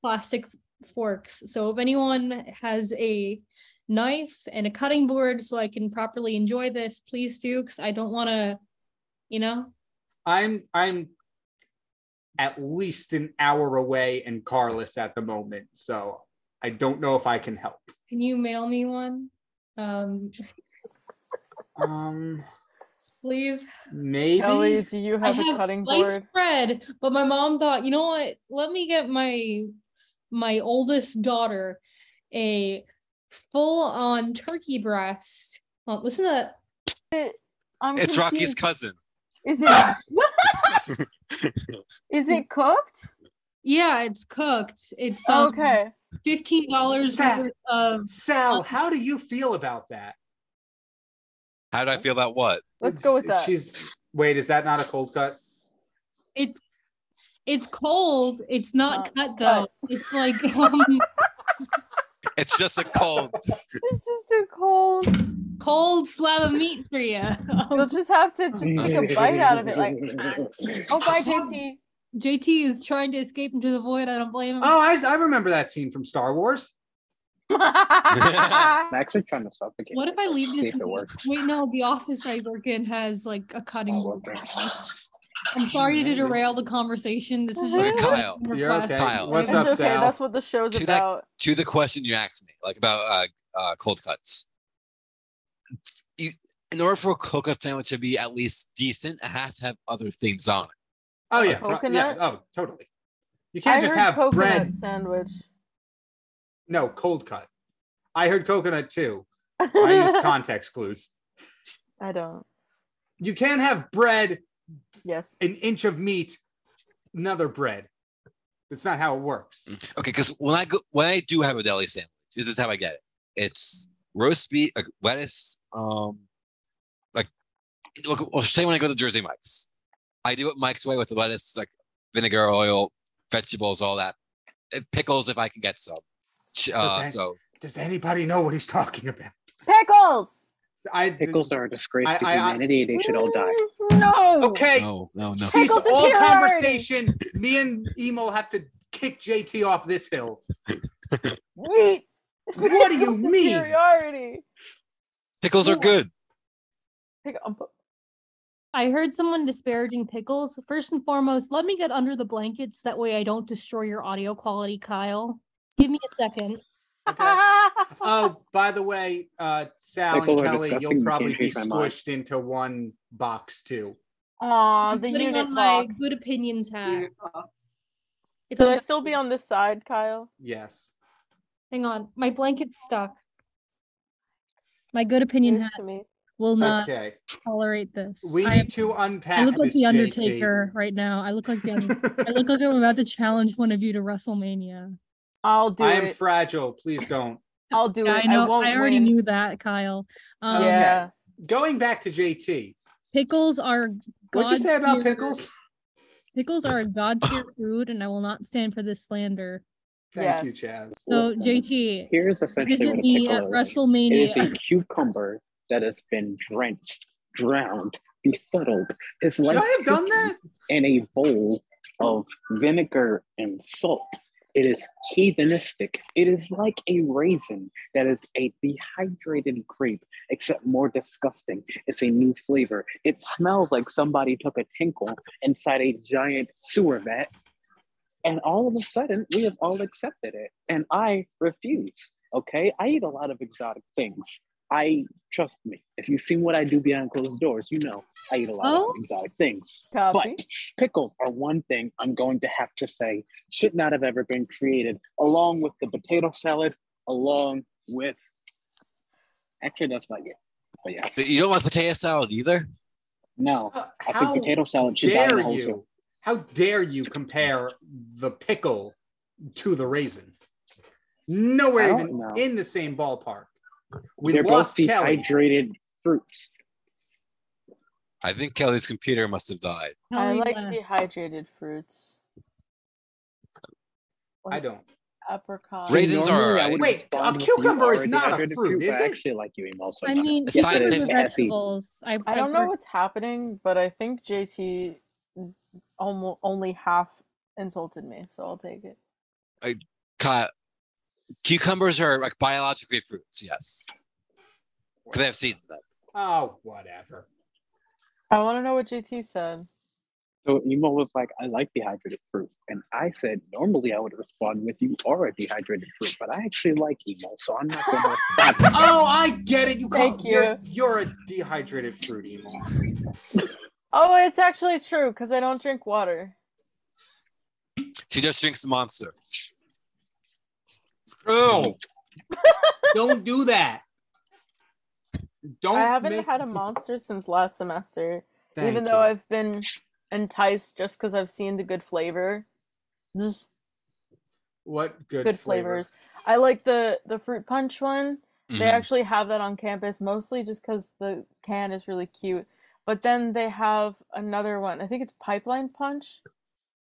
Speaker 6: plastic forks. So if anyone has a knife and a cutting board so I can properly enjoy this, please do because I don't want to, you know.
Speaker 2: I'm I'm at least an hour away and carless at the moment, so I don't know if I can help.
Speaker 6: Can you mail me one? Um,
Speaker 2: Um,
Speaker 6: please.
Speaker 2: maybe.
Speaker 1: Kelly, do you
Speaker 6: I
Speaker 1: have, a
Speaker 6: have
Speaker 1: cutting
Speaker 6: sliced
Speaker 1: board?
Speaker 6: bread, but my mom thought, you know what? Let me get my my oldest daughter a full on turkey breast. Oh, listen to that.
Speaker 1: I'm
Speaker 4: It's Rocky's
Speaker 1: confused.
Speaker 4: cousin.
Speaker 1: Is it? Is it cooked?
Speaker 6: Yeah, it's cooked. It's um,
Speaker 1: Okay.
Speaker 6: fifteen dollars
Speaker 2: Sad.
Speaker 6: worth of
Speaker 2: Sal, how do you feel about that?
Speaker 4: How do I feel about what?
Speaker 1: Let's go with that.
Speaker 2: She's wait, is that not a cold cut?
Speaker 6: it's it's cold. It's
Speaker 1: Uh,
Speaker 6: not cut though.
Speaker 1: cut.
Speaker 6: It's like um,
Speaker 4: It's just a cold.
Speaker 1: It's just too cold.
Speaker 6: cold slab of meat for you.
Speaker 1: You'll just have to just take a bite out of it. Like, oh, bye, JT.
Speaker 6: JT is trying to escape into the void. I don't blame him.
Speaker 2: Oh, I, I remember that scene from Star Wars.
Speaker 5: I'm actually trying to suffocate.
Speaker 6: What if I leave
Speaker 5: See
Speaker 6: this?
Speaker 5: if it works.
Speaker 6: Wait, no. The office I work in has like a cutting
Speaker 5: Oh,
Speaker 6: board.
Speaker 5: okay.
Speaker 6: I'm sorry to derail the conversation. This is
Speaker 1: Okay,
Speaker 6: just
Speaker 4: Kyle,
Speaker 6: a
Speaker 2: You're
Speaker 6: request.
Speaker 2: okay.
Speaker 4: Kyle.
Speaker 2: What's
Speaker 1: it's
Speaker 2: up,
Speaker 1: okay.
Speaker 2: Sal?
Speaker 1: That's what the show's
Speaker 4: To that-
Speaker 1: about.
Speaker 4: to the question you asked me, like about uh, uh, cold cuts. You, in order for a cold cut sandwich to be at least decent, it has to have other things on it.
Speaker 2: Oh yeah,
Speaker 1: Coconut?
Speaker 2: pro- yeah. Oh, totally. You
Speaker 1: I
Speaker 2: can't just
Speaker 1: heard
Speaker 2: have
Speaker 1: coconut
Speaker 2: bread.
Speaker 1: sandwich.
Speaker 2: No, cold cut. I heard coconut too. I used context clues.
Speaker 1: I don't.
Speaker 2: You can't have bread,
Speaker 1: Yes.
Speaker 2: an inch of meat, another bread. That's not how it works.
Speaker 4: Okay, because when I go, when I do have a deli sandwich, this is how I get it. It's roast beef, like lettuce. Um, like, look, well, say when I go to Jersey Mike's, I do it Mike's way with the lettuce, like vinegar, oil, vegetables, all that, Uh, pickles if I can get some. Ch- Uh,
Speaker 2: Okay.
Speaker 4: so
Speaker 2: Does anybody know what he's talking about?
Speaker 1: Pickles.
Speaker 2: I
Speaker 5: Pickles are a disgrace
Speaker 2: I-
Speaker 5: to
Speaker 2: I- I-
Speaker 5: humanity. They should all die.
Speaker 1: No.
Speaker 2: Oh, okay.
Speaker 4: no, no, no.
Speaker 2: Cease
Speaker 1: Pickles and
Speaker 2: all
Speaker 1: puree.
Speaker 2: conversation. Me and Emo have to kick JT off this hill.
Speaker 1: Yeet.
Speaker 2: What do
Speaker 1: Pickle
Speaker 2: you mean?
Speaker 1: Superiority.
Speaker 4: Pickles are good.
Speaker 1: Pick- um, p-
Speaker 6: I heard someone disparaging pickles. First and foremost, let me get under the blankets. That way I don't destroy your audio quality, Kyle. Give me a second.
Speaker 2: Okay. Oh, by the way, uh, Sal
Speaker 5: Pickles
Speaker 2: and
Speaker 5: are
Speaker 2: Kelly,
Speaker 5: disgusting.
Speaker 2: you'll
Speaker 5: You
Speaker 2: probably
Speaker 5: can't
Speaker 2: be
Speaker 5: change my mind.
Speaker 2: squished into one box too.
Speaker 1: Aw,
Speaker 2: Oh,
Speaker 6: I'm
Speaker 1: the
Speaker 6: putting
Speaker 1: unit
Speaker 6: on my
Speaker 1: box.
Speaker 6: good opinions hat.
Speaker 3: Unit box.
Speaker 6: It's
Speaker 1: Should
Speaker 6: on
Speaker 1: I
Speaker 6: the-
Speaker 1: still be on this side, Kyle?
Speaker 2: Yes.
Speaker 6: Hang on, my blanket's stuck. My good opinion
Speaker 1: Give it
Speaker 6: hat
Speaker 1: to me.
Speaker 6: will not
Speaker 2: Okay.
Speaker 6: tolerate this.
Speaker 2: We
Speaker 6: I,
Speaker 2: need to unpack.
Speaker 6: I look like
Speaker 2: this,
Speaker 6: the
Speaker 2: JT.
Speaker 6: Undertaker right now. I look like the Under- I look like I'm about to challenge one of you to WrestleMania.
Speaker 1: I'll do
Speaker 2: I am
Speaker 1: it.
Speaker 2: fragile. Please don't.
Speaker 1: I'll do
Speaker 6: Yeah,
Speaker 1: it.
Speaker 6: I know.
Speaker 1: I won't
Speaker 6: I already
Speaker 1: win.
Speaker 6: knew that, Kyle. Um,
Speaker 1: Yeah.
Speaker 2: Going back to JT.
Speaker 6: Pickles are.
Speaker 2: What'd you say about
Speaker 6: God-tier-
Speaker 2: pickles?
Speaker 6: Pickles are a god tier food, and I will not stand for this slander.
Speaker 2: Thank you,
Speaker 1: Yes.
Speaker 2: Chaz.
Speaker 6: So,
Speaker 5: Listen,
Speaker 6: JT, uh,
Speaker 5: Here's essentially what a
Speaker 6: visit me at
Speaker 5: pickle is. It is
Speaker 6: WrestleMania.
Speaker 5: a cucumber that has been drenched drowned, befuddled, his
Speaker 2: Should
Speaker 5: life
Speaker 2: I have done
Speaker 5: taken
Speaker 2: that?
Speaker 5: in a bowl of vinegar and salt. It is heathenistic. It is like a raisin that is a dehydrated grape, except more disgusting. It's a new flavor. It smells like somebody took a tinkle inside a giant sewer vat. And all of a sudden, we have all accepted it. And I refuse. Okay. I eat a lot of exotic things. I trust me. If you've seen what I do behind closed doors, you know I eat a lot
Speaker 6: Oh.
Speaker 5: of exotic things.
Speaker 1: Copy.
Speaker 5: But pickles are one thing I'm going to have to say should not have ever been created, along with the potato salad, along with. Actually, that's not it. But yes,
Speaker 4: You don't like potato salad either.
Speaker 5: no,
Speaker 2: Uh,
Speaker 5: I think
Speaker 2: How
Speaker 5: potato salad should die in
Speaker 2: dare
Speaker 5: the whole
Speaker 2: you? How dare you compare the pickle to the raisin?
Speaker 5: I
Speaker 2: Nowhere
Speaker 5: don't
Speaker 2: even
Speaker 5: know.
Speaker 2: in the same ballpark. We
Speaker 5: They're both
Speaker 2: lost Kelly.
Speaker 5: dehydrated fruits.
Speaker 4: I think Kelly's computer must have died.
Speaker 1: I
Speaker 6: Kelly
Speaker 1: like
Speaker 6: left.
Speaker 1: dehydrated fruits.
Speaker 2: I don't.
Speaker 1: Apricot.
Speaker 5: See,
Speaker 4: Raisins are
Speaker 5: normally I
Speaker 4: alright.
Speaker 5: would
Speaker 2: Wait,
Speaker 5: respond
Speaker 2: a
Speaker 5: with you
Speaker 2: cucumber
Speaker 5: are
Speaker 2: is not a
Speaker 5: dehydrated
Speaker 2: fruit,
Speaker 5: but
Speaker 2: is
Speaker 5: I
Speaker 2: it?
Speaker 5: actually like you, Emo.
Speaker 6: I mean,
Speaker 4: Yes,
Speaker 6: yes,
Speaker 4: it
Speaker 6: with
Speaker 4: is.
Speaker 6: vegetables. I,
Speaker 1: I don't know
Speaker 6: prefer-
Speaker 1: what's happening, but I think JT almost only half insulted me, so I'll take it.
Speaker 4: Cut. Cucumbers are like biologically fruits. Yes, because they have seeds in them.
Speaker 2: Oh, whatever.
Speaker 1: I want to know what JT said.
Speaker 5: So Emo was like, I like dehydrated fruits. And I said, normally I would respond with you are a dehydrated fruit, but I actually like Emo, so I'm not going to respond.
Speaker 2: Oh, I get it. You call
Speaker 1: Thank
Speaker 2: you're you're a dehydrated fruit emo.
Speaker 1: Oh, it's actually true because I don't drink water.
Speaker 4: She just drinks Monster.
Speaker 2: No, don't do that. Don't.
Speaker 1: I haven't
Speaker 2: make-
Speaker 1: had a monster since last semester,
Speaker 2: Thank
Speaker 1: even
Speaker 2: you.
Speaker 1: though I've been enticed just because I've seen the good flavor. Just
Speaker 2: what good,
Speaker 1: good, flavors. I like the the fruit punch one.
Speaker 2: Mm-hmm.
Speaker 1: They
Speaker 4: Mhm.
Speaker 1: actually have that on campus mostly just because the can is really cute. But then they have another one. I think it's Pipeline Punch,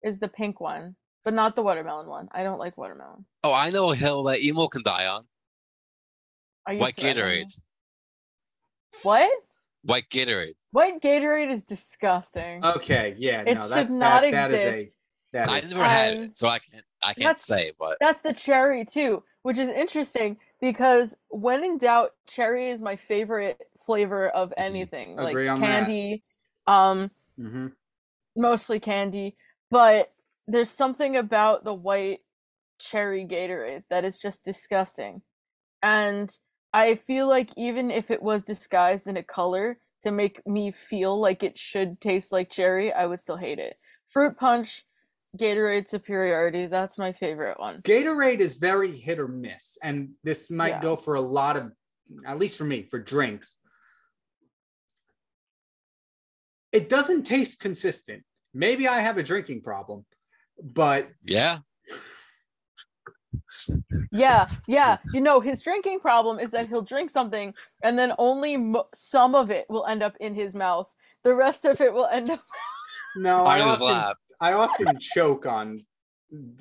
Speaker 1: is the pink one, but not the watermelon one. I don't like watermelon.
Speaker 4: Oh, I know a hill that emo can die on.
Speaker 1: Are you
Speaker 4: White
Speaker 1: threatening me?
Speaker 4: Gatorade.
Speaker 1: What?
Speaker 4: White Gatorade.
Speaker 1: White Gatorade is disgusting.
Speaker 2: Okay, yeah,
Speaker 1: it
Speaker 2: Uh, no,
Speaker 1: should
Speaker 2: that's
Speaker 1: not
Speaker 2: that, that
Speaker 1: exist.
Speaker 2: is a that
Speaker 4: I've
Speaker 2: is-
Speaker 4: never had
Speaker 1: Um,
Speaker 4: it, so I can't. I can't
Speaker 1: that's-
Speaker 4: say. But
Speaker 1: That's the cherry too, which is interesting because when in doubt, cherry is my favorite flavor of anything, like
Speaker 2: Mm-hmm. Agree on that.
Speaker 1: candy, um,
Speaker 2: Mhm.
Speaker 1: mostly candy. But there's something about the white cherry Gatorade that is just disgusting, and I feel like even if it was disguised in a color to make me feel like it should taste like cherry, I would still hate it. Fruit punch, Gatorade superiority. That's my favorite one.
Speaker 2: Gatorade is very hit or miss, and this might
Speaker 1: Yeah.
Speaker 2: go for a lot of, at least for me, for drinks. It doesn't taste consistent. Maybe I have a drinking problem, but
Speaker 4: yeah,
Speaker 1: Yeah, yeah. You know, his drinking problem is that he'll drink something and then only mo- some of it will end up in his mouth. The rest of it will end up.
Speaker 2: no, Oh, I
Speaker 4: out of his
Speaker 2: often
Speaker 4: lab.
Speaker 2: I often choke on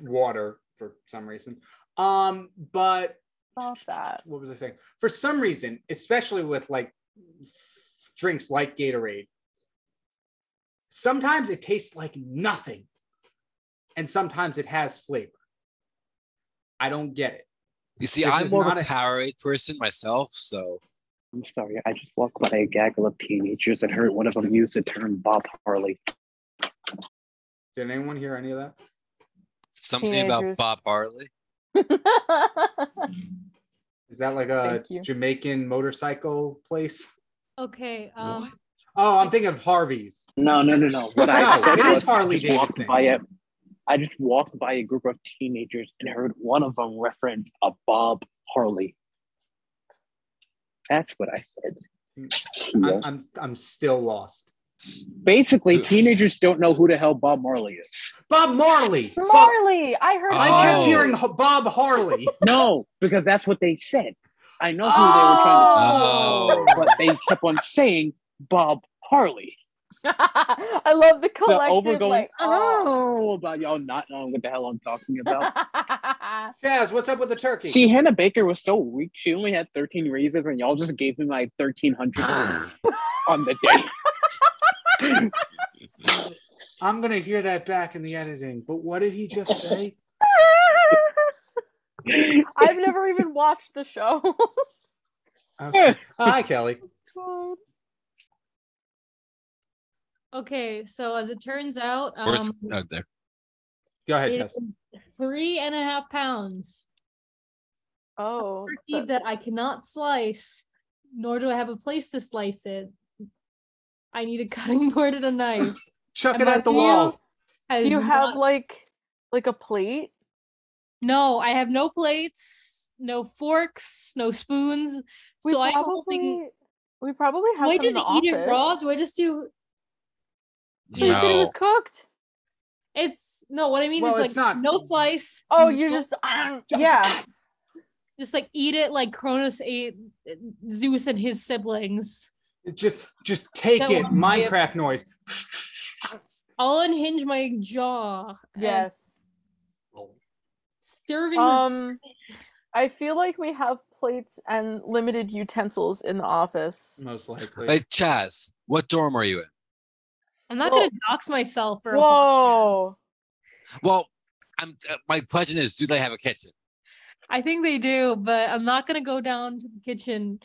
Speaker 2: water for some reason. Um, but
Speaker 1: Stop that.
Speaker 2: what was I saying? For some reason, especially with like f- drinks like Gatorade, sometimes it tastes like nothing, and sometimes it has flavor. I don't get it.
Speaker 4: You see,
Speaker 2: This
Speaker 4: I'm
Speaker 2: is
Speaker 4: more of
Speaker 2: not
Speaker 4: a
Speaker 2: a-
Speaker 4: Powerade person myself, so
Speaker 5: I'm sorry, I just walked by a gaggle of teenagers that heard one of them use the term Bob Harley.
Speaker 2: Did anyone hear any of that?
Speaker 4: something
Speaker 1: Teenagers.
Speaker 4: about Bob Harley.
Speaker 2: Is that like a
Speaker 1: Thank you.
Speaker 2: Jamaican motorcycle place?
Speaker 6: okay. Um,
Speaker 4: What?
Speaker 2: Oh, I'm thinking of Harvey's.
Speaker 5: No, no, no, no. What I
Speaker 2: No,
Speaker 5: said
Speaker 2: it
Speaker 5: was
Speaker 2: is Harley
Speaker 5: I just walked
Speaker 2: Davidson.
Speaker 5: by a, I just walked by a group of teenagers and heard one of them reference a Bob Harley. That's what I said.
Speaker 2: I'm,
Speaker 5: Yeah.
Speaker 2: I'm, I'm still lost.
Speaker 5: Basically, teenagers don't know who the hell Bob Marley is.
Speaker 2: Bob Marley. Bob-
Speaker 1: Marley, I heard.
Speaker 2: I kept
Speaker 4: Oh.
Speaker 2: hearing H- Bob Harley.
Speaker 5: No, because that's what they said. I know who
Speaker 4: Oh.
Speaker 5: they were trying to, but they kept on saying Bob Harley.
Speaker 1: that. I love the
Speaker 5: The
Speaker 1: collective.
Speaker 5: overgoing
Speaker 1: like, oh.
Speaker 5: oh about y'all not knowing what the hell I'm talking about.
Speaker 2: Chaz, what's up with the turkey?
Speaker 5: See, Hannah Baker was so weak. She only had 13 raises, and y'all just gave me like 1,300. on the day.
Speaker 2: I'm gonna hear that back in the editing. But what did he just say?
Speaker 1: I've never even watched the show.
Speaker 2: Okay. Hi, Kelly.
Speaker 1: God.
Speaker 6: Okay, so as it turns out, um,
Speaker 4: Worst out oh, there.
Speaker 2: Go ahead,
Speaker 6: it
Speaker 2: Tess.
Speaker 6: is three and a half pounds
Speaker 1: Oh,
Speaker 6: turkey that I cannot slice, nor do I have a place to slice it. I need a cutting board and a knife.
Speaker 2: Chuck
Speaker 6: Am
Speaker 2: it
Speaker 6: I
Speaker 2: at the
Speaker 1: real?
Speaker 2: wall.
Speaker 1: do you
Speaker 6: Has
Speaker 1: have
Speaker 6: not-
Speaker 1: like like a plate?
Speaker 6: No, I have no plates, no forks, no spoons.
Speaker 1: We
Speaker 6: so I'm
Speaker 1: probably
Speaker 6: hoping.
Speaker 1: we probably have.
Speaker 6: Do I
Speaker 1: some in
Speaker 6: just
Speaker 1: the
Speaker 6: eat it
Speaker 1: office.
Speaker 6: raw? Do I just do?
Speaker 1: But you said it was
Speaker 4: No.
Speaker 1: cooked.
Speaker 6: It's no. What I mean
Speaker 2: Well,
Speaker 6: is like
Speaker 2: it's not-
Speaker 6: no slice.
Speaker 1: Oh,
Speaker 6: no-
Speaker 1: you just um, yeah.
Speaker 6: just like eat it like Cronus ate uh, Zeus and his siblings.
Speaker 2: Just just take
Speaker 6: That
Speaker 2: it.
Speaker 6: one-
Speaker 2: Minecraft noise.
Speaker 6: I'll unhinge my jaw. and
Speaker 1: Yes.
Speaker 6: Serving
Speaker 1: Um, I feel like we have plates and limited utensils in the office.
Speaker 2: Most likely.
Speaker 4: Hey, Chaz, what dorm are you in?
Speaker 6: I'm not
Speaker 1: Well-
Speaker 6: gonna dox myself for a whole-
Speaker 1: Whoa!
Speaker 4: Well, I'm, uh, my question is, do they have a kitchen?
Speaker 6: I think they do, but I'm not gonna go down to the kitchen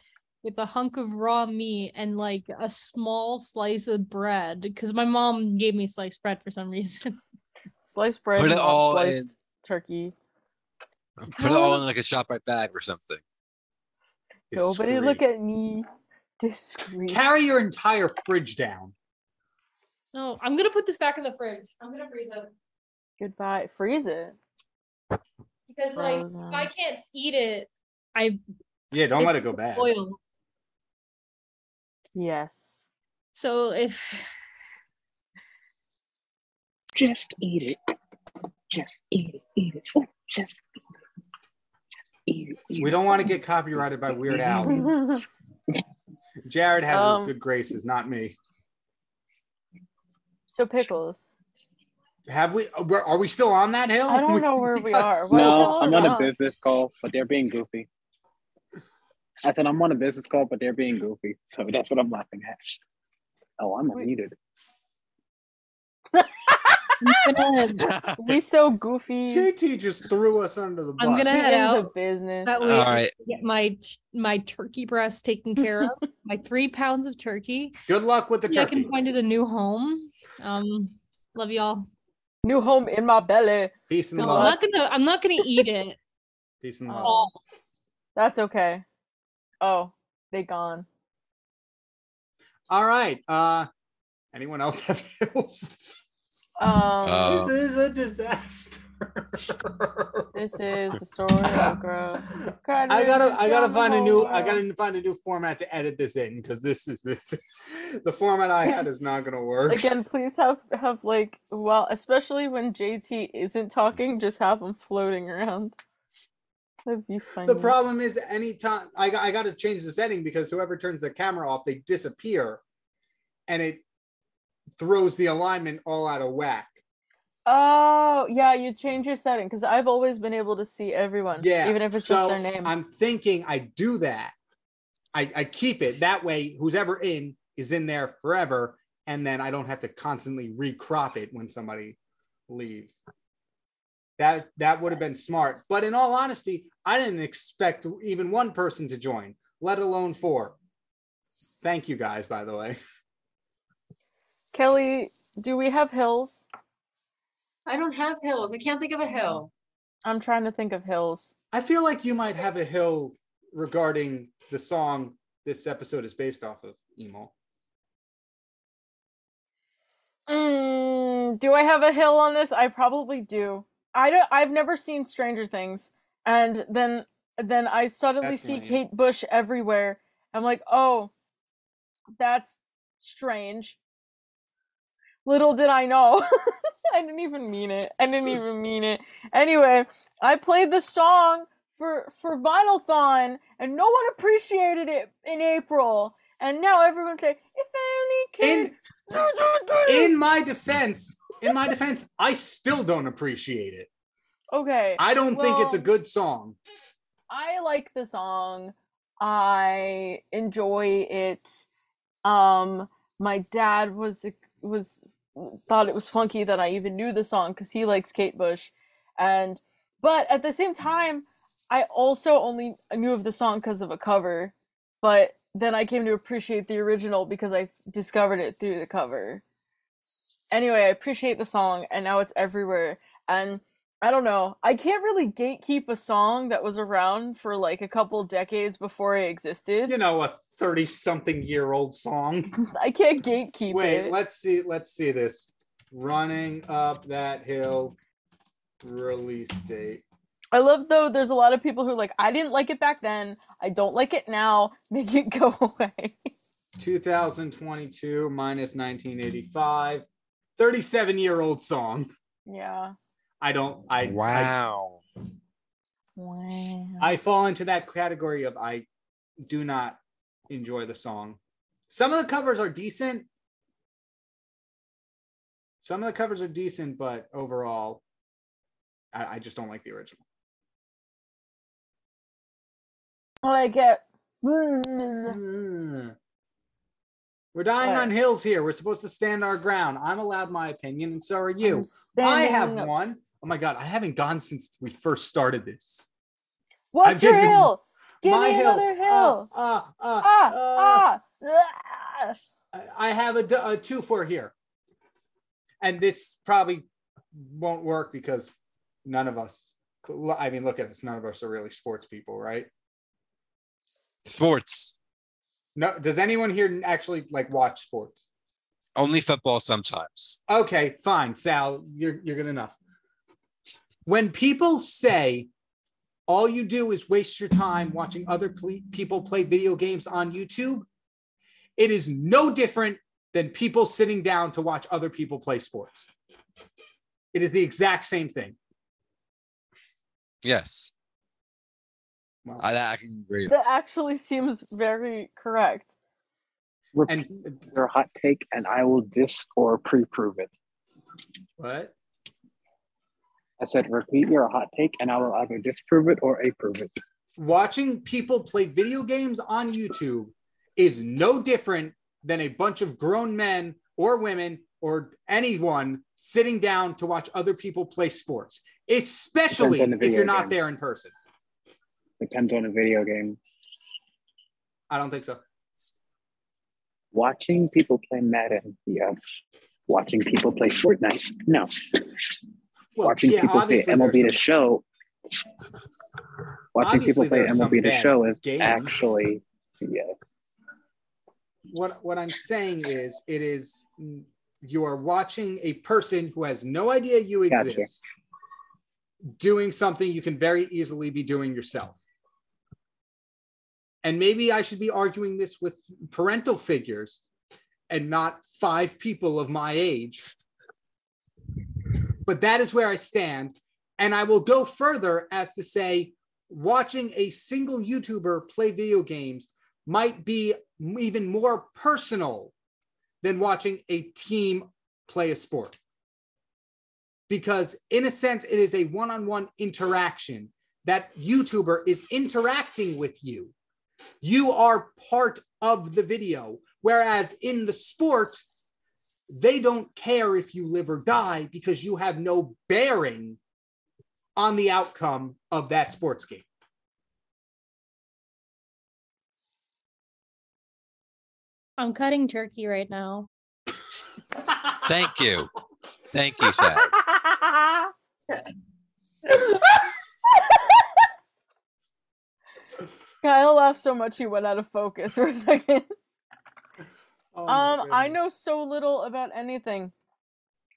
Speaker 6: with a hunk of raw meat and like a small slice of bread because my mom gave me sliced bread for some reason.
Speaker 1: Sliced bread.
Speaker 4: Put it
Speaker 1: not
Speaker 4: all
Speaker 1: sliced
Speaker 4: in.
Speaker 1: turkey.
Speaker 4: Put it
Speaker 6: How-
Speaker 4: all in like a ShopRite bag or something.
Speaker 1: Nobody look
Speaker 2: Discreet.
Speaker 1: at me. Discreet.
Speaker 2: Carry your entire fridge down.
Speaker 6: No, I'm gonna put this back in the fridge. I'm gonna freeze it
Speaker 1: Goodbye. Freeze it.
Speaker 6: because like if
Speaker 1: Frozen.
Speaker 6: I can't eat it, I
Speaker 2: Yeah, don't
Speaker 6: It-
Speaker 2: let it go bad.
Speaker 6: boil.
Speaker 1: Yes.
Speaker 6: So if
Speaker 5: Just eat it. Just eat it. Eat it. Just eat it. Just eat it. eat
Speaker 2: We
Speaker 5: it.
Speaker 2: don't want to get copyrighted by Weird Al. Jared has
Speaker 1: Um,
Speaker 2: his good graces, not me.
Speaker 1: so pickles.
Speaker 2: Have we? uh, we're- Are Oh, we still on that hill?
Speaker 1: I don't know where we are. What the
Speaker 5: No,
Speaker 1: hell
Speaker 5: I'm
Speaker 1: is
Speaker 5: on a
Speaker 1: up?
Speaker 5: business call, but they're being goofy. I said I'm on a business call, but they're being goofy. So that's what I'm laughing at. Oh, I'm
Speaker 1: Wait.
Speaker 5: unmuted.
Speaker 6: I'm gonna
Speaker 1: We so goofy.
Speaker 2: JT just threw us under the bus.
Speaker 6: I'm gonna-
Speaker 1: He
Speaker 6: Head
Speaker 1: in the
Speaker 6: out.
Speaker 1: business.
Speaker 6: That
Speaker 4: All
Speaker 6: way-
Speaker 4: right.
Speaker 6: get my my turkey breast taken care of, my three pounds of turkey.
Speaker 2: Good luck with the
Speaker 6: Maybe I
Speaker 2: turkey.
Speaker 6: can find it a new home. Um, love y'all.
Speaker 1: New home in my belly.
Speaker 2: Peace and
Speaker 6: No, I'm
Speaker 2: love.
Speaker 6: not gonna. I'm not gonna eat it.
Speaker 2: Peace and
Speaker 1: Oh,
Speaker 2: love.
Speaker 1: That's okay. Oh, they gone.
Speaker 2: All right. Uh, anyone else have hills?
Speaker 1: Um,
Speaker 4: Uh,
Speaker 2: this is a disaster.
Speaker 1: this is the story of growth.
Speaker 2: I gotta, I gotta find a new, I gotta find a new format to edit this in because this is this, the format I had is not gonna work.
Speaker 1: Again, please have have like well, especially when JT isn't talking, just have him floating around. That'd be funny.
Speaker 2: The problem is, anytime I, got- I got to change the setting because whoever turns their camera off, they disappear, and it throws the alignment all out of whack.
Speaker 1: Oh yeah, you change your setting because I've always been able to see everyone.
Speaker 2: Yeah,
Speaker 1: even if it's just
Speaker 2: so
Speaker 1: their name.
Speaker 2: I'm thinking I do that. I, I keep it that way. Who's ever in is in there forever, and then I don't have to constantly recrop it when somebody leaves. That that would have been smart. But in all honesty, I didn't expect even one person to join, let alone four. Thank you guys, by the way.
Speaker 1: Kelly, do we have hills?
Speaker 3: I don't have hills. I can't think of a hill.
Speaker 1: I'm trying to think of hills.
Speaker 2: I feel like you might have a hill regarding the song this episode is based off of, Emo.
Speaker 1: Mm, do I have a hill on this? I probably do. I don't. I've never seen Stranger Things, and then then I suddenly
Speaker 2: That's
Speaker 1: see
Speaker 2: lame.
Speaker 1: Kate Bush everywhere. I'm like, oh, that's strange. Little did I know. I didn't even mean it. I didn't even mean it. Anyway, I played the song for for Vinylthon, and no one appreciated it in April. And now everyone's like, if I only
Speaker 2: In
Speaker 1: could. do, do, do, do."
Speaker 2: in my defense, in my defense, I still don't appreciate it.
Speaker 1: Okay.
Speaker 2: I don't think it's a
Speaker 1: Well-
Speaker 2: good song.
Speaker 1: I like the song. I enjoy it. Um, my dad was was thought it was funky that I even knew the song because he likes Kate Bush, and but at the same time, I also only knew of the song because of a cover, but then I came to appreciate the original because I discovered it through the cover. Anyway, I appreciate the song, and now it's everywhere. And I don't know. I can't really gatekeep a song that was around for like a couple decades before it existed.
Speaker 7: You know, a 30 something year old song.
Speaker 1: I can't gatekeep
Speaker 2: Wait,
Speaker 1: it.
Speaker 2: let's see. Let's see this. Running up that hill. Release date.
Speaker 1: I love though there's a lot of people who are like, I didn't like it back then. I don't like it now. Make it go away.
Speaker 2: 2022 minus 1985. 37 year old song.
Speaker 1: yeah.
Speaker 2: I don't. I,
Speaker 4: wow.
Speaker 1: Wow.
Speaker 2: I I fall into that category of I do not enjoy the song. Some of the covers are decent. Some of the covers are decent, but overall, I, I just don't like the original.
Speaker 1: I get mm,
Speaker 2: Ugh. We're dying
Speaker 1: What?
Speaker 2: on hills here. We're supposed to stand our ground. I'm allowed my opinion, and so are you. I have one. Oh my god, I haven't gone since we first started this.
Speaker 1: What's
Speaker 2: I'm
Speaker 1: your
Speaker 2: getting-
Speaker 1: hill? Give
Speaker 2: my
Speaker 1: me
Speaker 2: hill. Uh,
Speaker 1: another hill.
Speaker 2: Ah, ah,
Speaker 1: ah,
Speaker 2: ah,
Speaker 1: ah, ah.
Speaker 2: I- I have a, d- a two for here. And this probably won't work because none of us, I mean, look at us, none of us are really sports people, right?
Speaker 4: Sports.
Speaker 2: No, does anyone here actually like watch sports?
Speaker 4: Only football sometimes.
Speaker 2: Okay, fine, Sal, you're, you're good enough. When people say all you do is waste your time watching other ple- people play video games on YouTube, it is no different than people sitting down to watch other people play sports. It is the exact same thing.
Speaker 4: Yes.
Speaker 2: Wow.
Speaker 4: I, I can agree.
Speaker 1: That actually seems very correct.
Speaker 5: Repeat
Speaker 2: And
Speaker 5: your hot take, and I will dis or pre-prove it.
Speaker 2: what?
Speaker 5: I said, repeat your hot take, and I will either disprove it or approve it.
Speaker 2: Watching people play video games on YouTube is no different than a bunch of grown men or women or anyone sitting down to watch other people play sports, especially
Speaker 5: Depends on the
Speaker 2: if
Speaker 5: video
Speaker 2: you're not
Speaker 5: game.
Speaker 2: there in person.
Speaker 5: Depends on the video game.
Speaker 2: I don't think so.
Speaker 5: Watching people play Madden, yes. Watching people play Fortnite, no.
Speaker 2: Well,
Speaker 5: watching
Speaker 2: yeah,
Speaker 5: people play
Speaker 2: obviously there's
Speaker 5: MLB
Speaker 2: some-
Speaker 5: the show. Watching
Speaker 2: Obviously
Speaker 5: people play
Speaker 2: there are some
Speaker 5: MLB the
Speaker 2: bad
Speaker 5: show is
Speaker 2: games.
Speaker 5: actually yes.
Speaker 2: what what I'm saying is it is you are watching a person who has no idea you
Speaker 5: Gotcha.
Speaker 2: exist doing something you can very easily be doing yourself. And maybe I should be arguing this with parental figures and not five people of my age. But that is where I stand. And I will go further as to say watching a single YouTuber play video games might be m- even more personal than watching a team play a sport. Because, in a sense, it is a one on one interaction. That YouTuber is interacting with you. You are part of the video. Whereas in the sport, they don't care if you live or die because you have no bearing on the outcome of that sports game.
Speaker 6: I'm cutting turkey right now.
Speaker 4: Thank you. Thank you, Shaz.
Speaker 1: Kyle laughed so much he went out of focus for a second.
Speaker 2: Oh my
Speaker 1: Um, I
Speaker 2: goodness.
Speaker 1: know so little about anything.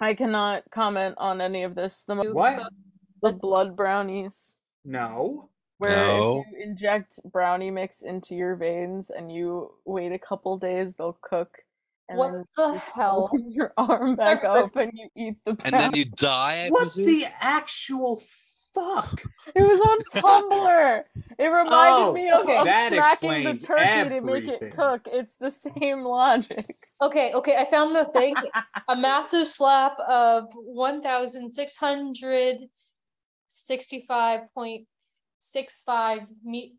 Speaker 1: I cannot comment on any of this. The, mo-
Speaker 2: What?
Speaker 1: the blood brownies,
Speaker 2: No.
Speaker 1: where
Speaker 4: No.
Speaker 1: if you inject brownie mix into your veins and you wait a couple days, they'll cook. And
Speaker 6: What
Speaker 1: then
Speaker 6: the
Speaker 1: you
Speaker 6: hell?
Speaker 1: fold Your arm back
Speaker 6: Never-
Speaker 1: up and you eat the
Speaker 4: And then
Speaker 1: brownie.
Speaker 4: you die, I
Speaker 2: What
Speaker 4: presume?
Speaker 2: the actual fuck?
Speaker 1: It was on Tumblr. It reminded
Speaker 2: Oh,
Speaker 1: me of,
Speaker 6: okay.
Speaker 1: of
Speaker 2: that
Speaker 1: smacking the
Speaker 2: explains
Speaker 1: turkey to make
Speaker 2: everything.
Speaker 1: it cook. It's the same logic.
Speaker 6: Okay, okay, I found the thing. a massive slap of 1,665.65 me-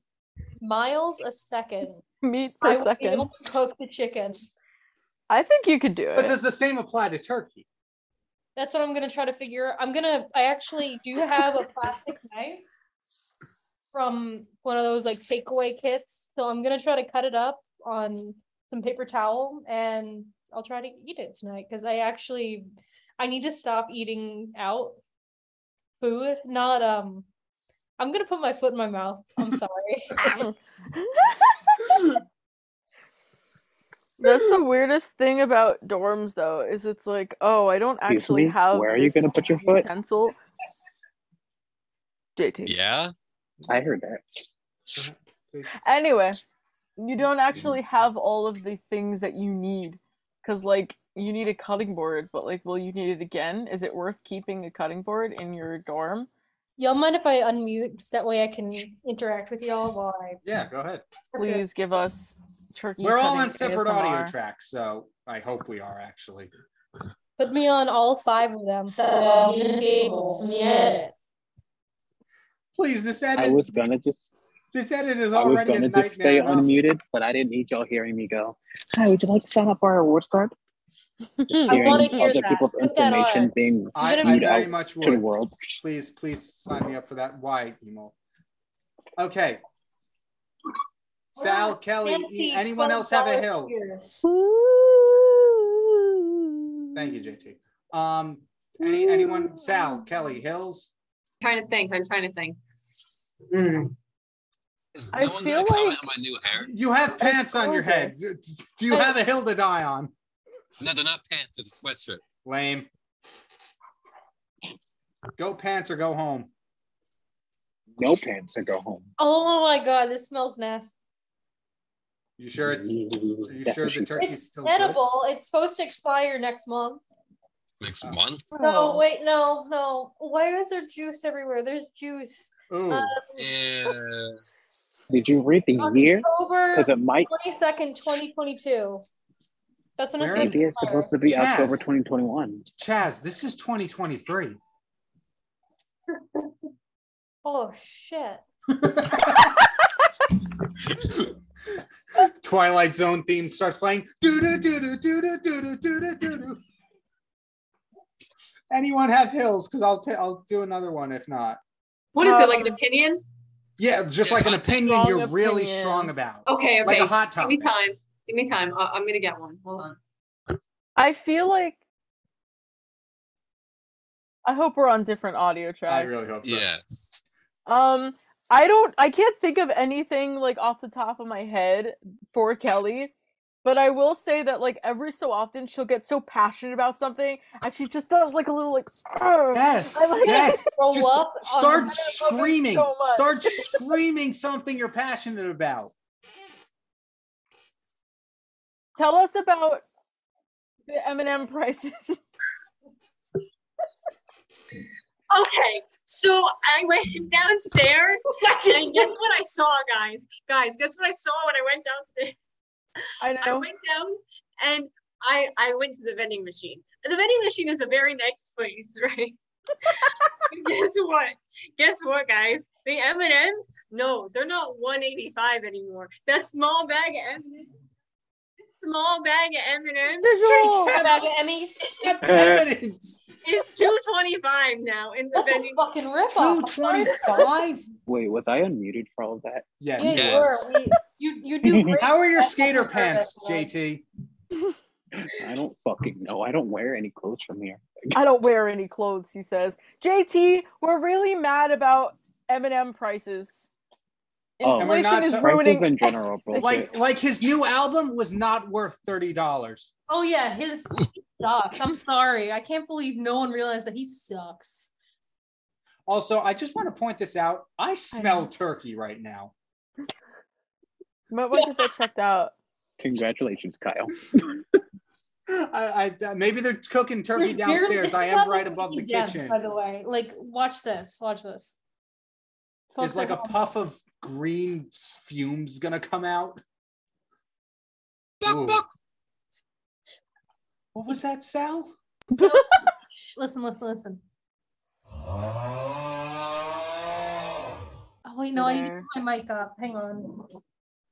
Speaker 6: miles a second.
Speaker 1: Meat
Speaker 6: I
Speaker 1: per
Speaker 6: will be
Speaker 1: second.
Speaker 6: able to cook the chicken.
Speaker 1: I think you could do it.
Speaker 2: But does the same apply to turkey?
Speaker 6: That's what I'm gonna try to figure. I'm gonna. I actually do have a plastic knife from one of those like takeaway kits, so I'm gonna try to cut it up on some paper towel, and I'll try to eat it tonight because I actually I need to stop eating out food. Not um. I'm gonna put my foot in my mouth. I'm sorry.
Speaker 1: That's the weirdest thing about dorms, though, is it's like, oh, I don't
Speaker 5: Excuse
Speaker 1: actually
Speaker 5: me?
Speaker 1: have.
Speaker 5: Where are you
Speaker 1: this
Speaker 5: gonna put your foot?
Speaker 1: Utensil. JT.
Speaker 4: Yeah.
Speaker 5: I heard that.
Speaker 1: Anyway, you don't
Speaker 2: Mm-hmm.
Speaker 1: actually have all of the things that you need, because like you need a cutting board, but like, will you need it again? Is it worth keeping a cutting board in your dorm?
Speaker 6: Y'all mind if I unmute? 'Cause That way I can interact with y'all while I.
Speaker 8: Yeah, go ahead.
Speaker 1: Please give us turkey.
Speaker 2: We're all
Speaker 1: cutting
Speaker 2: on separate audio
Speaker 1: ASMR.
Speaker 2: tracks, so I hope we are actually.
Speaker 6: Put me on all five of them. So disable. Yeah.
Speaker 2: Please, this
Speaker 5: I
Speaker 2: edit,
Speaker 5: was gonna just
Speaker 2: this edit is
Speaker 5: I was
Speaker 2: already a
Speaker 5: gonna
Speaker 2: nightmare.
Speaker 5: just stay
Speaker 2: enough.
Speaker 5: unmuted, but I didn't need y'all hearing me go. Hi, would you like to sign up for our awards card? Just
Speaker 6: I
Speaker 5: hearing
Speaker 6: wanna hear
Speaker 5: other
Speaker 6: that.
Speaker 5: people's
Speaker 6: Put that
Speaker 5: information
Speaker 6: on.
Speaker 5: being
Speaker 2: I,
Speaker 6: Should
Speaker 2: I
Speaker 5: spewed
Speaker 2: very
Speaker 5: out
Speaker 2: much
Speaker 5: to the
Speaker 2: would.
Speaker 5: world.
Speaker 2: Please, please sign me up for that. Why, emo? Okay. Sal, Kelly, E- anyone else have a hill? Thank you, JT. Um, any anyone? Sal, Kelly, Hills.
Speaker 3: trying to think. I'm trying to think. Hmm.
Speaker 4: Is
Speaker 1: I
Speaker 4: no one gonna
Speaker 1: feel
Speaker 4: comment
Speaker 1: like-
Speaker 4: on my new hair?
Speaker 2: You have pants on your head. Do you have a hill to die on?
Speaker 4: No, they're not pants. It's a sweatshirt.
Speaker 2: Lame. Go pants or go home.
Speaker 5: No pants and go home.
Speaker 6: Oh my god, this smells nasty.
Speaker 2: You sure it's? Are you
Speaker 5: That's
Speaker 2: sure the
Speaker 5: what she said.
Speaker 2: turkey's
Speaker 6: It's
Speaker 2: still good?
Speaker 6: edible. It's supposed to expire next month.
Speaker 4: Next
Speaker 2: Oh.
Speaker 4: month.
Speaker 6: No,
Speaker 1: Oh.
Speaker 6: wait, no, no. Why is there juice everywhere? There's juice.
Speaker 2: Ooh,
Speaker 6: Um,
Speaker 4: Yeah.
Speaker 5: Did you read the year?
Speaker 6: October
Speaker 5: Because it might
Speaker 6: 22nd, 2022. That's when it's
Speaker 2: Where
Speaker 6: supposed
Speaker 2: is
Speaker 5: maybe
Speaker 6: to
Speaker 5: it's
Speaker 6: expire.
Speaker 5: supposed to be
Speaker 2: Chaz.
Speaker 5: October 2021.
Speaker 2: Chaz, this is 2023.
Speaker 6: Oh shit.
Speaker 2: Twilight Zone theme starts playing. Doo doo doo doo doo doo doo doo doo doo doo. Anyone have hills? Because I'll i I'll do another one if not.
Speaker 3: What is it like? An
Speaker 1: Um,
Speaker 3: opinion?
Speaker 2: Yeah, just like an opinion
Speaker 1: Strong
Speaker 2: you're really
Speaker 1: opinion.
Speaker 2: strong about,
Speaker 3: Okay. Okay.
Speaker 2: like a hot
Speaker 3: Give
Speaker 2: topic.
Speaker 3: me time. Give me time. I- I'm gonna get one. Hold on.
Speaker 1: I feel like. I hope we're on different audio tracks.
Speaker 2: I really hope so.
Speaker 4: Yeah.
Speaker 1: Um, I don't. I can't think of anything like off the top of my head for Kelly, but I will say that like every so often she'll get so passionate about something and she just does like a little like. "Argh."
Speaker 2: Yes.
Speaker 1: I like
Speaker 2: yes.
Speaker 6: Grow
Speaker 2: Just
Speaker 6: up on-
Speaker 2: start
Speaker 6: I don't know if it's
Speaker 2: screaming.
Speaker 1: so much.
Speaker 2: start screaming something you're passionate about.
Speaker 1: Tell us about the M and M prices.
Speaker 3: Okay, so I went downstairs, and guess what I saw, guys? Guys, guess what I saw when I went downstairs?
Speaker 1: I
Speaker 3: I
Speaker 1: know.
Speaker 3: went down and I I went to the vending machine. The vending machine is a very nice place, right? guess what? Guess what, guys? The M and M's? No, they're not 185 anymore. That small bag of M and M's. Small bag of M and M's
Speaker 1: Visual.
Speaker 6: Bag of Emmys.
Speaker 2: Evidence.
Speaker 3: is 225 now in the
Speaker 6: That's a
Speaker 3: vending.
Speaker 6: fucking
Speaker 2: Two
Speaker 6: ripoff.
Speaker 2: twenty-five.
Speaker 5: Wait, was I unmuted for all that?
Speaker 2: Yes.
Speaker 6: Yeah,
Speaker 2: you
Speaker 4: Yes.
Speaker 6: you,
Speaker 2: were.
Speaker 6: were. We- you you do. great
Speaker 2: How are your
Speaker 6: customer
Speaker 2: skater
Speaker 6: service,
Speaker 2: pants,
Speaker 6: man.
Speaker 2: JT?
Speaker 5: I don't fucking know. I don't wear any clothes from here.
Speaker 1: I don't wear any clothes. He says, "JT, we're really mad about M and M prices.
Speaker 5: Oh. And
Speaker 2: we're
Speaker 1: Inflation
Speaker 2: not
Speaker 1: is
Speaker 2: ta-
Speaker 5: Prices
Speaker 1: ruining
Speaker 5: in general, bullshit.
Speaker 2: Like, like his new album was not worth thirty dollars.
Speaker 6: Oh yeah, his sucks. I'm sorry. I can't believe no one realized that he sucks.
Speaker 2: Also, I just want to point this out. I smell turkey right now.
Speaker 1: You Might want to get that checked out.
Speaker 5: Congratulations, Kyle.
Speaker 2: I, I maybe they're cooking turkey
Speaker 6: There's beer-
Speaker 2: downstairs.
Speaker 6: it's
Speaker 2: I am
Speaker 6: probably
Speaker 2: right above the
Speaker 6: cookies down,
Speaker 2: kitchen.
Speaker 6: By the way, like watch this. Watch this.
Speaker 2: Is
Speaker 6: Folks
Speaker 2: like a
Speaker 6: at home,
Speaker 2: puff of green s- fumes gonna come out? Ooh.
Speaker 4: Buck, buck.
Speaker 2: What was that, Sal?
Speaker 6: shh, Listen, listen, listen. Oh wait, no, I need to
Speaker 1: There.
Speaker 6: Oh, put my mic up. Hang on.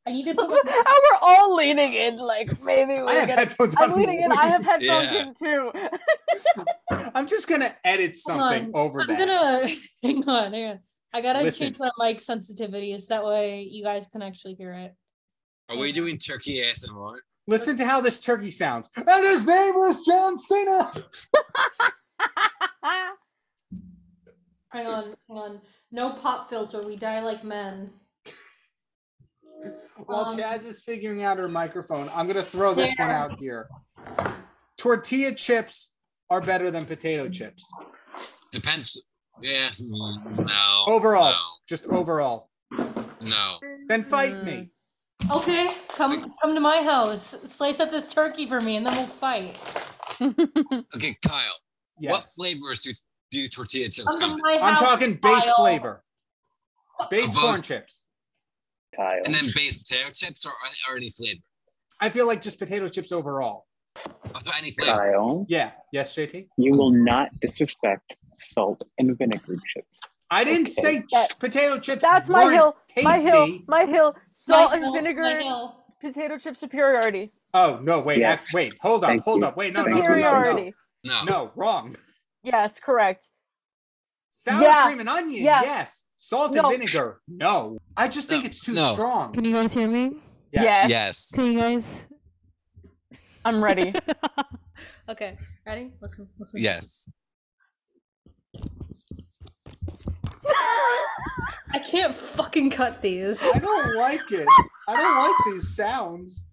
Speaker 6: I need to
Speaker 1: How
Speaker 6: put my-
Speaker 1: we're all leaning in, like maybe
Speaker 2: I
Speaker 1: we're
Speaker 2: have
Speaker 1: gonna.
Speaker 2: headphones on.
Speaker 1: I'm leaning in. I have headphones
Speaker 4: Yeah.
Speaker 1: in too.
Speaker 2: I'm just gonna edit something
Speaker 6: on,
Speaker 2: over
Speaker 6: I'm
Speaker 2: that.
Speaker 6: gonna hang on, hang on. I gotta
Speaker 2: Listen.
Speaker 6: change my mic sensitivity so that way you guys can actually hear it.
Speaker 4: Are we doing turkey ASMR?
Speaker 2: Listen to how this turkey sounds. And his name was John Cena.
Speaker 6: Hang on, hang on. No pop filter. We die like men.
Speaker 2: While
Speaker 6: Um,
Speaker 2: Chaz is figuring out her microphone, I'm gonna throw this one
Speaker 6: there.
Speaker 2: out here. Tortilla chips are better than potato chips.
Speaker 4: Depends. Yes. mm, No.
Speaker 2: Overall. Just overall.
Speaker 4: No. no.
Speaker 2: Then fight
Speaker 6: Mm.
Speaker 2: me.
Speaker 6: Okay, come come to my house. Slice up this turkey for me, and then we'll fight.
Speaker 4: Okay, Kyle. What
Speaker 2: Yes.
Speaker 4: flavors do do tortilla chips
Speaker 6: Come
Speaker 4: come?
Speaker 6: to
Speaker 4: in?
Speaker 6: my
Speaker 2: I'm
Speaker 6: house,
Speaker 2: talking base
Speaker 6: Kyle.
Speaker 2: flavor. Base
Speaker 4: Above-
Speaker 2: corn chips.
Speaker 5: Kyle.
Speaker 4: And then base potato chips or any, or any flavor?
Speaker 2: I feel like just potato chips overall.
Speaker 4: I thought any flavor.
Speaker 5: Kyle,
Speaker 2: Yeah. Yes, JT.
Speaker 5: you will not disrespect salt and vinegar chips.
Speaker 2: I didn't
Speaker 5: Okay.
Speaker 2: say ch-
Speaker 1: That-
Speaker 2: potato chips.
Speaker 1: That's my
Speaker 2: weren't
Speaker 1: hill. My hill.
Speaker 2: tasty.
Speaker 1: My hill. Salt
Speaker 6: Michael-
Speaker 1: and vinegar.
Speaker 6: Michael,
Speaker 1: Potato chip superiority.
Speaker 2: Oh no! Wait,
Speaker 5: Yeah.
Speaker 2: ac- wait. Hold up!
Speaker 5: Thank
Speaker 2: hold
Speaker 5: you.
Speaker 2: up! Wait! No! No! No! No!
Speaker 1: superiority.
Speaker 2: No!
Speaker 4: No.
Speaker 2: No! Wrong.
Speaker 1: Yes, correct.
Speaker 2: Sour
Speaker 1: Yeah.
Speaker 2: cream and onion.
Speaker 1: Yeah.
Speaker 2: Yes. Salt
Speaker 1: No.
Speaker 2: and vinegar. No. I just think
Speaker 4: No.
Speaker 2: it's too
Speaker 4: No.
Speaker 2: strong.
Speaker 9: Can you guys hear me?
Speaker 2: Yes.
Speaker 1: Yes.
Speaker 4: Yes.
Speaker 9: Can you guys?
Speaker 1: I'm ready.
Speaker 6: Okay, ready? Listen, listen.
Speaker 4: Yes.
Speaker 6: I can't fucking cut these.
Speaker 2: I don't like it. I don't like these sounds.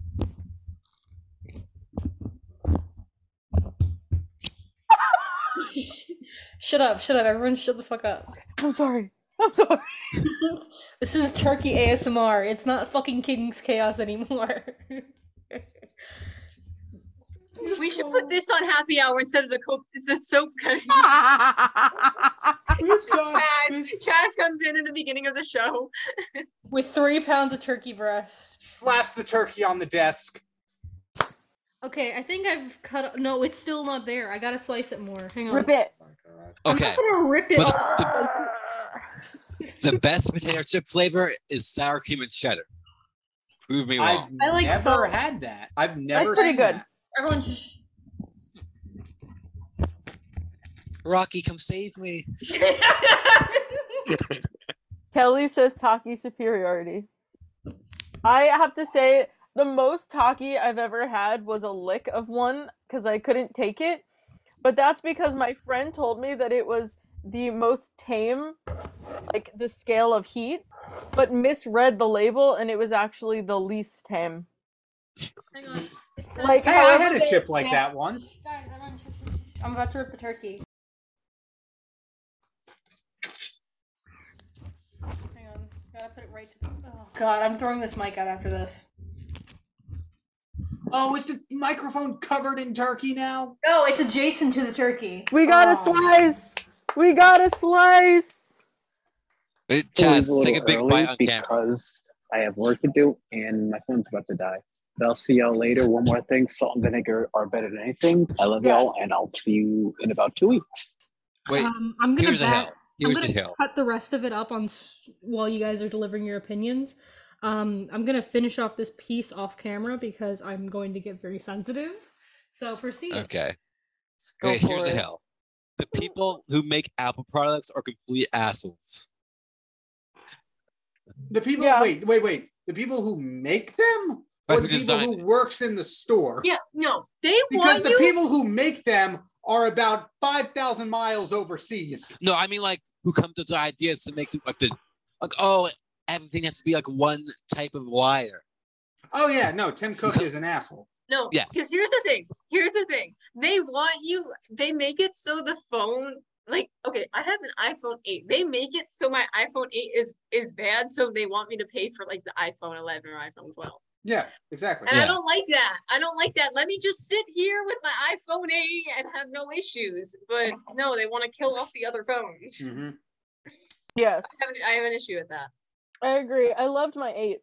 Speaker 6: shut up, shut up. Everyone, shut the fuck up.
Speaker 1: I'm sorry. I'm sorry.
Speaker 6: this is turkey ASMR. It's not fucking King's Chaos anymore.
Speaker 3: Hmm. We should put this on happy hour instead of the cope. It's the soap cutting.
Speaker 6: Ah.
Speaker 2: This guy-
Speaker 3: Chaz,
Speaker 2: this-
Speaker 3: Chaz comes in at the beginning of the show.
Speaker 6: With three pounds of turkey breast.
Speaker 2: slaps the turkey on the desk.
Speaker 6: Okay, I think I've cut. No, it's still not there. I gotta slice it more. Hang on.
Speaker 1: Rip it.
Speaker 4: Okay.
Speaker 6: I'm gonna rip it.
Speaker 4: But the,
Speaker 1: Uh,
Speaker 4: the best potato chip flavor is sour cream and cheddar. Prove me
Speaker 2: I've
Speaker 4: wrong.
Speaker 6: I like
Speaker 2: never
Speaker 6: salt.
Speaker 2: had that. I've never.
Speaker 1: pretty
Speaker 2: seen
Speaker 1: good.
Speaker 2: that.
Speaker 6: Everyone, just...
Speaker 4: Rocky, come save me.
Speaker 1: Kelly says Taki superiority. I have to say the most Taki I've ever had was a lick of one because I couldn't take it. But that's because my friend told me that it was the most tame, like the scale of heat, but misread the label and it was actually the least tame.
Speaker 6: Hang on. It's
Speaker 1: Like,
Speaker 2: Hey, I had a chip like that once.
Speaker 6: Guys, everyone, just- I'm about to rip the turkey. Hang on. Gotta put it right to the. Oh, God, I'm throwing this mic out after this.
Speaker 2: Oh, is the microphone covered in turkey now?
Speaker 6: No, it's adjacent to the turkey.
Speaker 1: We got a
Speaker 2: Oh.
Speaker 1: slice! We got a slice!
Speaker 4: Wait,
Speaker 5: It
Speaker 4: Chaz,
Speaker 5: was little
Speaker 4: take a big
Speaker 5: early
Speaker 4: bite on camera.
Speaker 5: because I have work to do and my phone's about to die. But I'll see y'all later. One more thing: salt and vinegar are better than anything. I love y'all,
Speaker 1: Yes.
Speaker 5: and I'll see you in about two weeks.
Speaker 4: Wait,
Speaker 6: Um, I'm gonna
Speaker 4: here's a
Speaker 6: back-
Speaker 4: hill. Here's
Speaker 6: I'm
Speaker 4: a
Speaker 6: gonna
Speaker 4: hill.
Speaker 6: cut the rest of it up on s- while you guys are delivering your opinions. Um, I'm gonna finish off this piece off camera because I'm going to get very sensitive. So proceed.
Speaker 4: Okay.
Speaker 1: Go
Speaker 4: okay, here's
Speaker 1: for
Speaker 4: a
Speaker 1: it.
Speaker 4: hill. The people who make Apple products are complete assholes.
Speaker 2: The people.
Speaker 1: Yeah.
Speaker 2: Wait, wait, wait. The people who make them,
Speaker 4: But
Speaker 2: or the
Speaker 4: who
Speaker 2: people
Speaker 4: designed
Speaker 2: who works in the store.
Speaker 3: Yeah, no, they
Speaker 2: because
Speaker 3: want
Speaker 2: the
Speaker 3: you.
Speaker 2: people who make them are about 5,000 miles overseas.
Speaker 4: No, I mean like who come to the ideas to make the, like the like oh everything has to be like one type of wire.
Speaker 2: Oh, yeah. No, Tim Cook is an asshole.
Speaker 3: No,
Speaker 4: Yes.
Speaker 3: because here's the thing. Here's the thing. They want you. They make it so the phone, like, okay, I have an iPhone 8. They make it so my iPhone 8 is is bad, so they want me to pay for like the iPhone 11 or iPhone 12.
Speaker 2: Yeah, exactly.
Speaker 3: And
Speaker 4: Yeah.
Speaker 3: I don't like that. I don't like that. Let me just sit here with my iPhone 8 and have no issues. But no, they want to kill off the other phones.
Speaker 4: Mm.
Speaker 2: Mhm.
Speaker 1: Yes.
Speaker 3: I have an, I have an issue with that.
Speaker 1: I agree. I loved my eight.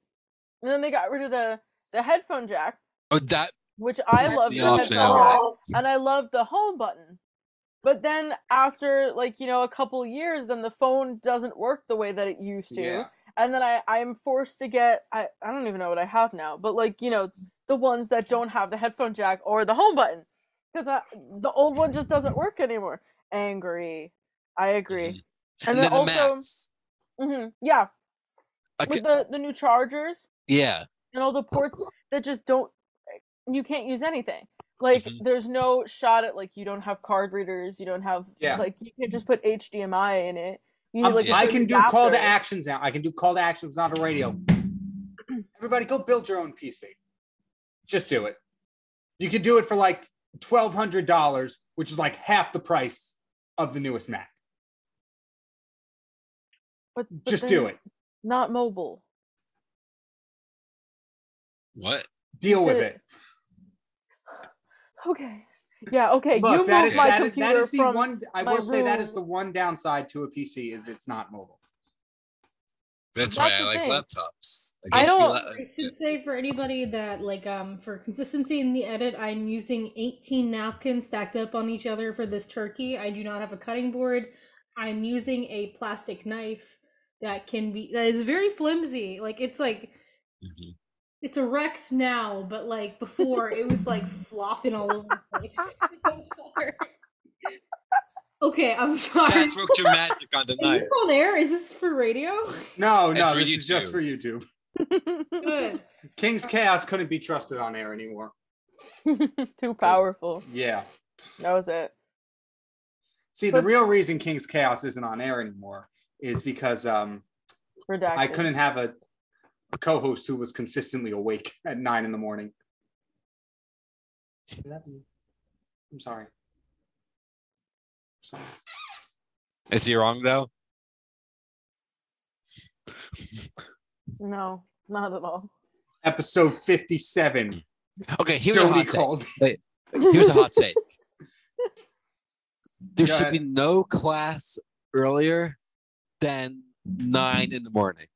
Speaker 1: And then they got rid of the, the headphone jack,
Speaker 4: Oh that
Speaker 1: which I
Speaker 4: That's
Speaker 1: love
Speaker 4: the
Speaker 1: the,
Speaker 4: option
Speaker 1: headphone
Speaker 4: I
Speaker 1: jack,
Speaker 4: like.
Speaker 1: and I love the home button. But then after like you know a couple years, then the phone doesn't work the way that it used to,
Speaker 2: Yeah.
Speaker 1: and then I I'm forced to get I I don't even know what I have now, but like you know the ones that don't have the headphone jack or the home button because the old one just doesn't work anymore. Angry, I
Speaker 4: mm.
Speaker 1: agree. And, then, also,
Speaker 4: Mm-hmm.
Speaker 1: hmm yeah,
Speaker 4: Okay,
Speaker 1: with the the new chargers
Speaker 4: yeah,
Speaker 1: and all the ports that just don't eh, you can't use anything. Like
Speaker 2: Mm-hmm.
Speaker 4: Mhm.
Speaker 1: there's no shot at like you don't have card readers, you don't have
Speaker 2: Yeah.
Speaker 1: like you can't just put HDMI in it. You need,
Speaker 2: Um,
Speaker 1: like,
Speaker 4: yeah.
Speaker 2: I
Speaker 1: an
Speaker 2: can do call to
Speaker 1: adapter.
Speaker 2: actions now. I can do call to actions, not a radio. Everybody, go build your own PC. Just do it. You can do it for like twelve hundred dollars, which is like half the price of the newest Mac.
Speaker 1: But, but
Speaker 2: Just
Speaker 1: they're
Speaker 2: do it.
Speaker 1: Not mobile.
Speaker 4: what?
Speaker 2: Deal with
Speaker 1: said-
Speaker 2: it.
Speaker 1: Okay. Yeah. Okay. you
Speaker 2: Look, that
Speaker 1: moved
Speaker 2: is
Speaker 1: my
Speaker 2: that is
Speaker 1: computer
Speaker 2: that is the
Speaker 1: from
Speaker 2: one. I
Speaker 1: my
Speaker 2: will say that is
Speaker 1: room.
Speaker 2: the one downside to a PC is it's not mobile.
Speaker 4: That's,
Speaker 1: That's
Speaker 4: why
Speaker 1: the
Speaker 4: I like
Speaker 1: thing.
Speaker 4: laptops. Like,
Speaker 1: I
Speaker 4: HP
Speaker 1: don't-
Speaker 4: la-
Speaker 6: I should say for anybody that like um for consistency in the edit, I'm using 18 napkins stacked up on each other for this turkey. I do not have a cutting board. I'm using a plastic knife that can be that is very flimsy. Like it's like
Speaker 4: Mhm.
Speaker 6: it's erect now, but like before it was like flopping all over the place. I'm sorry. Okay, I'm sorry.
Speaker 4: Chad broke your magic on the
Speaker 6: Is
Speaker 4: knife.
Speaker 6: this on air? Is this for radio?
Speaker 2: No, no,
Speaker 4: for
Speaker 2: this is just
Speaker 4: YouTube.
Speaker 2: for YouTube.
Speaker 6: Good.
Speaker 2: King's Chaos couldn't be trusted on air anymore.
Speaker 1: Too powerful.
Speaker 2: Yeah.
Speaker 1: That was it.
Speaker 2: See, the
Speaker 1: But-
Speaker 2: real reason King's Chaos isn't on air anymore is because um,
Speaker 1: Redacted.
Speaker 2: I couldn't have a co-host who was consistently awake at nine in the morning. I'm sorry. Sorry.
Speaker 4: Is he wrong though?
Speaker 1: No, not at all.
Speaker 2: Episode 57.
Speaker 4: Okay, here's a
Speaker 2: Jody
Speaker 4: hot take.
Speaker 2: called.
Speaker 4: Here's a hot take. There
Speaker 2: Go
Speaker 4: should
Speaker 2: ahead.
Speaker 4: be no class earlier than nine in the morning.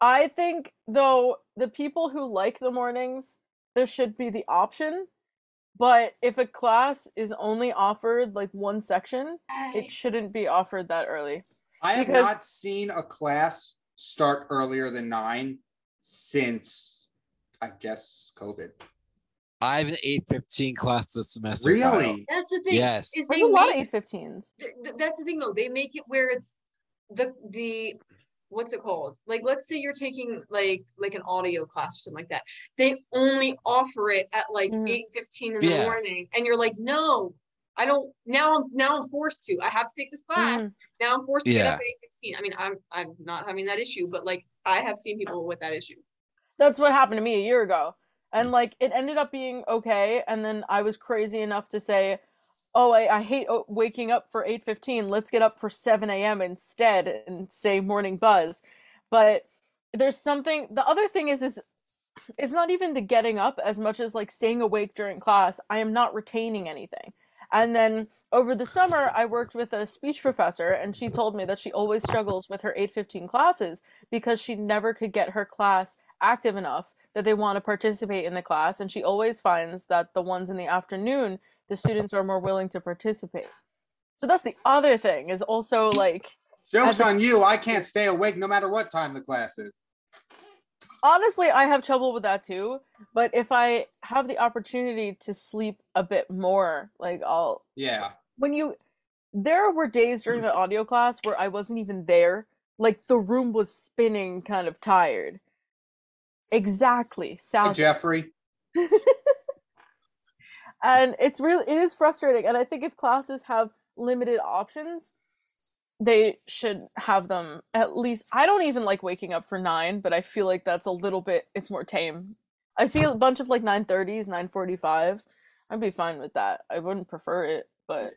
Speaker 1: I think though the people who like the mornings, there should be the option. But if a class is only offered like one section, it shouldn't be offered that early.
Speaker 2: I have
Speaker 1: Because-
Speaker 2: not seen a class start earlier than nine since I guess COVID.
Speaker 4: I have an eight fifteen class this semester. Kyle.
Speaker 2: Really?
Speaker 3: That's the thing.
Speaker 4: Yes.
Speaker 3: Is
Speaker 1: There's
Speaker 3: they
Speaker 1: a lot
Speaker 3: make-
Speaker 1: of eight fifteens.
Speaker 3: th- th- that's the thing though they make it where it's the the what's it called like let's say you're taking like like an audio class or something like that they only offer it at like
Speaker 1: Mhm.
Speaker 3: eight fifteen in the
Speaker 4: Yeah.
Speaker 3: morning and you're like no i don't now i'm now i'm forced to i have to take this class now i'm forced to get up
Speaker 4: Yeah.
Speaker 3: at eight fifteen. i mean i'm i'm not having that issue but like i have seen people with that issue
Speaker 1: That's what happened to me a year ago. And like it ended up being okay. And then I was crazy enough to say, "Oh, I, I hate o- waking up for eight fifteen. Let's get up for seven a.m. instead and say morning buzz." But there's something. The other thing is, is it's not even the getting up as much as like staying awake during class. I am not retaining anything. And then over the summer, I worked with a speech professor, and she told me that she always struggles with her eight fifteen classes because she never could get her class active enough that they want to participate in the class and she always finds that the ones in the afternoon the students are more willing to participate so that's the other thing is also like As
Speaker 2: Joke's
Speaker 1: a-
Speaker 2: on you. I can't stay awake no matter what time the class is.
Speaker 1: honestly i have trouble with that too but if i have the opportunity to sleep a bit more like i'll
Speaker 2: Yeah.
Speaker 1: when you there were days during the audio class where i wasn't even there like the room was spinning kind of tired exactly
Speaker 2: Hi,
Speaker 1: sound
Speaker 2: Jeffrey.
Speaker 1: and it's really it is frustrating and i think if classes have limited options they should have them at least i don't even like waking up for nine but i feel like that's a little bit it's more tame i see a bunch of like 930s 945s i'd be fine with that i wouldn't prefer it but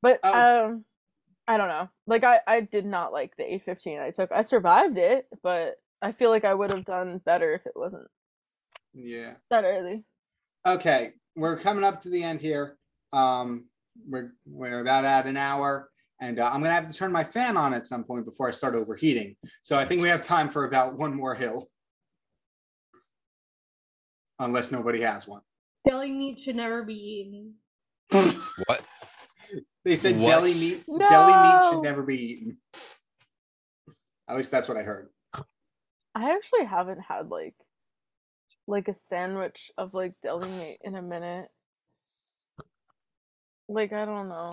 Speaker 1: but
Speaker 2: Oh.
Speaker 1: um i don't know like i i did not like the 815 i took i survived it but i feel like i would have done better if it wasn't
Speaker 2: Yeah.
Speaker 1: that early
Speaker 2: Okay, we're coming up to the end here. Um, we're we're about at an hour, and uh, I'm gonna have to turn my fan on at some point before I start overheating. So I think we have time for about one more hill, unless nobody has one.
Speaker 6: Deli meat should never be eaten.
Speaker 4: What?
Speaker 2: They said
Speaker 4: What?
Speaker 2: deli meat. Deli meat
Speaker 1: No.
Speaker 2: should never be eaten. At least that's what I heard.
Speaker 1: I actually haven't had like like a sandwich of like deli meat in a minute. Like I don't know.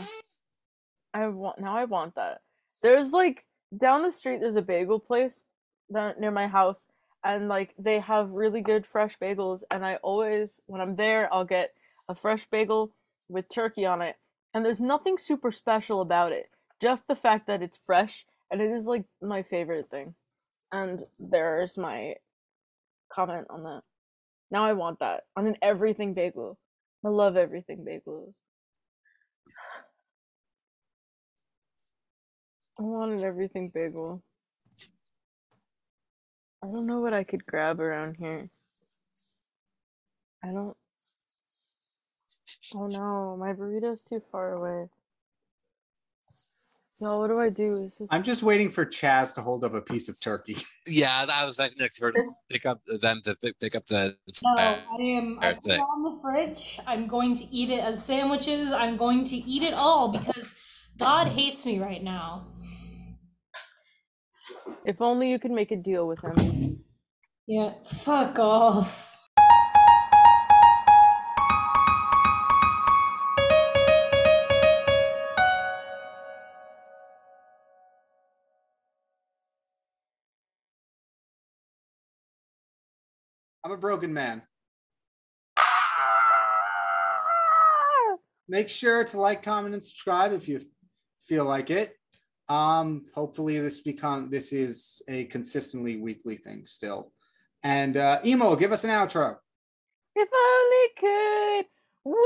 Speaker 1: I want now I want that. There's like down the street there's a bagel place down near my house and like they have really good fresh bagels and I always when I'm there I'll get a fresh bagel with turkey on it and there's nothing super special about it. Just the fact that it's fresh and it is like my favorite thing. And there's my comment on that. Now I want that on an everything bagel. I love everything bagels. I want an everything bagel. I don't know what I could grab around here. I don't. Oh no, my burrito's too far away. No, what do I do? This is
Speaker 2: I'm just waiting for Chaz to hold up a piece of turkey.
Speaker 4: Yeah, I was expecting next to pick up them to fi- pick up the.
Speaker 6: No,
Speaker 4: Uh,
Speaker 6: I am. I
Speaker 4: Alright,
Speaker 6: put it
Speaker 4: thanks.
Speaker 6: on the fridge. I'm going to eat it as sandwiches. I'm going to eat it all because God hates me right now.
Speaker 1: If only you could make a deal with him.
Speaker 6: Yeah, fuck off.
Speaker 2: I'm a broken man. Make sure to like, comment, and subscribe if you feel like it. Um, hopefully this become this is a consistently weekly thing still. And uh, emo, give us an outro.
Speaker 1: If only could. Whoa!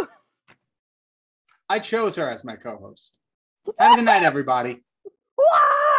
Speaker 1: whoa.
Speaker 2: I chose her as my co-host. Have a good night, everybody.
Speaker 1: Whoa!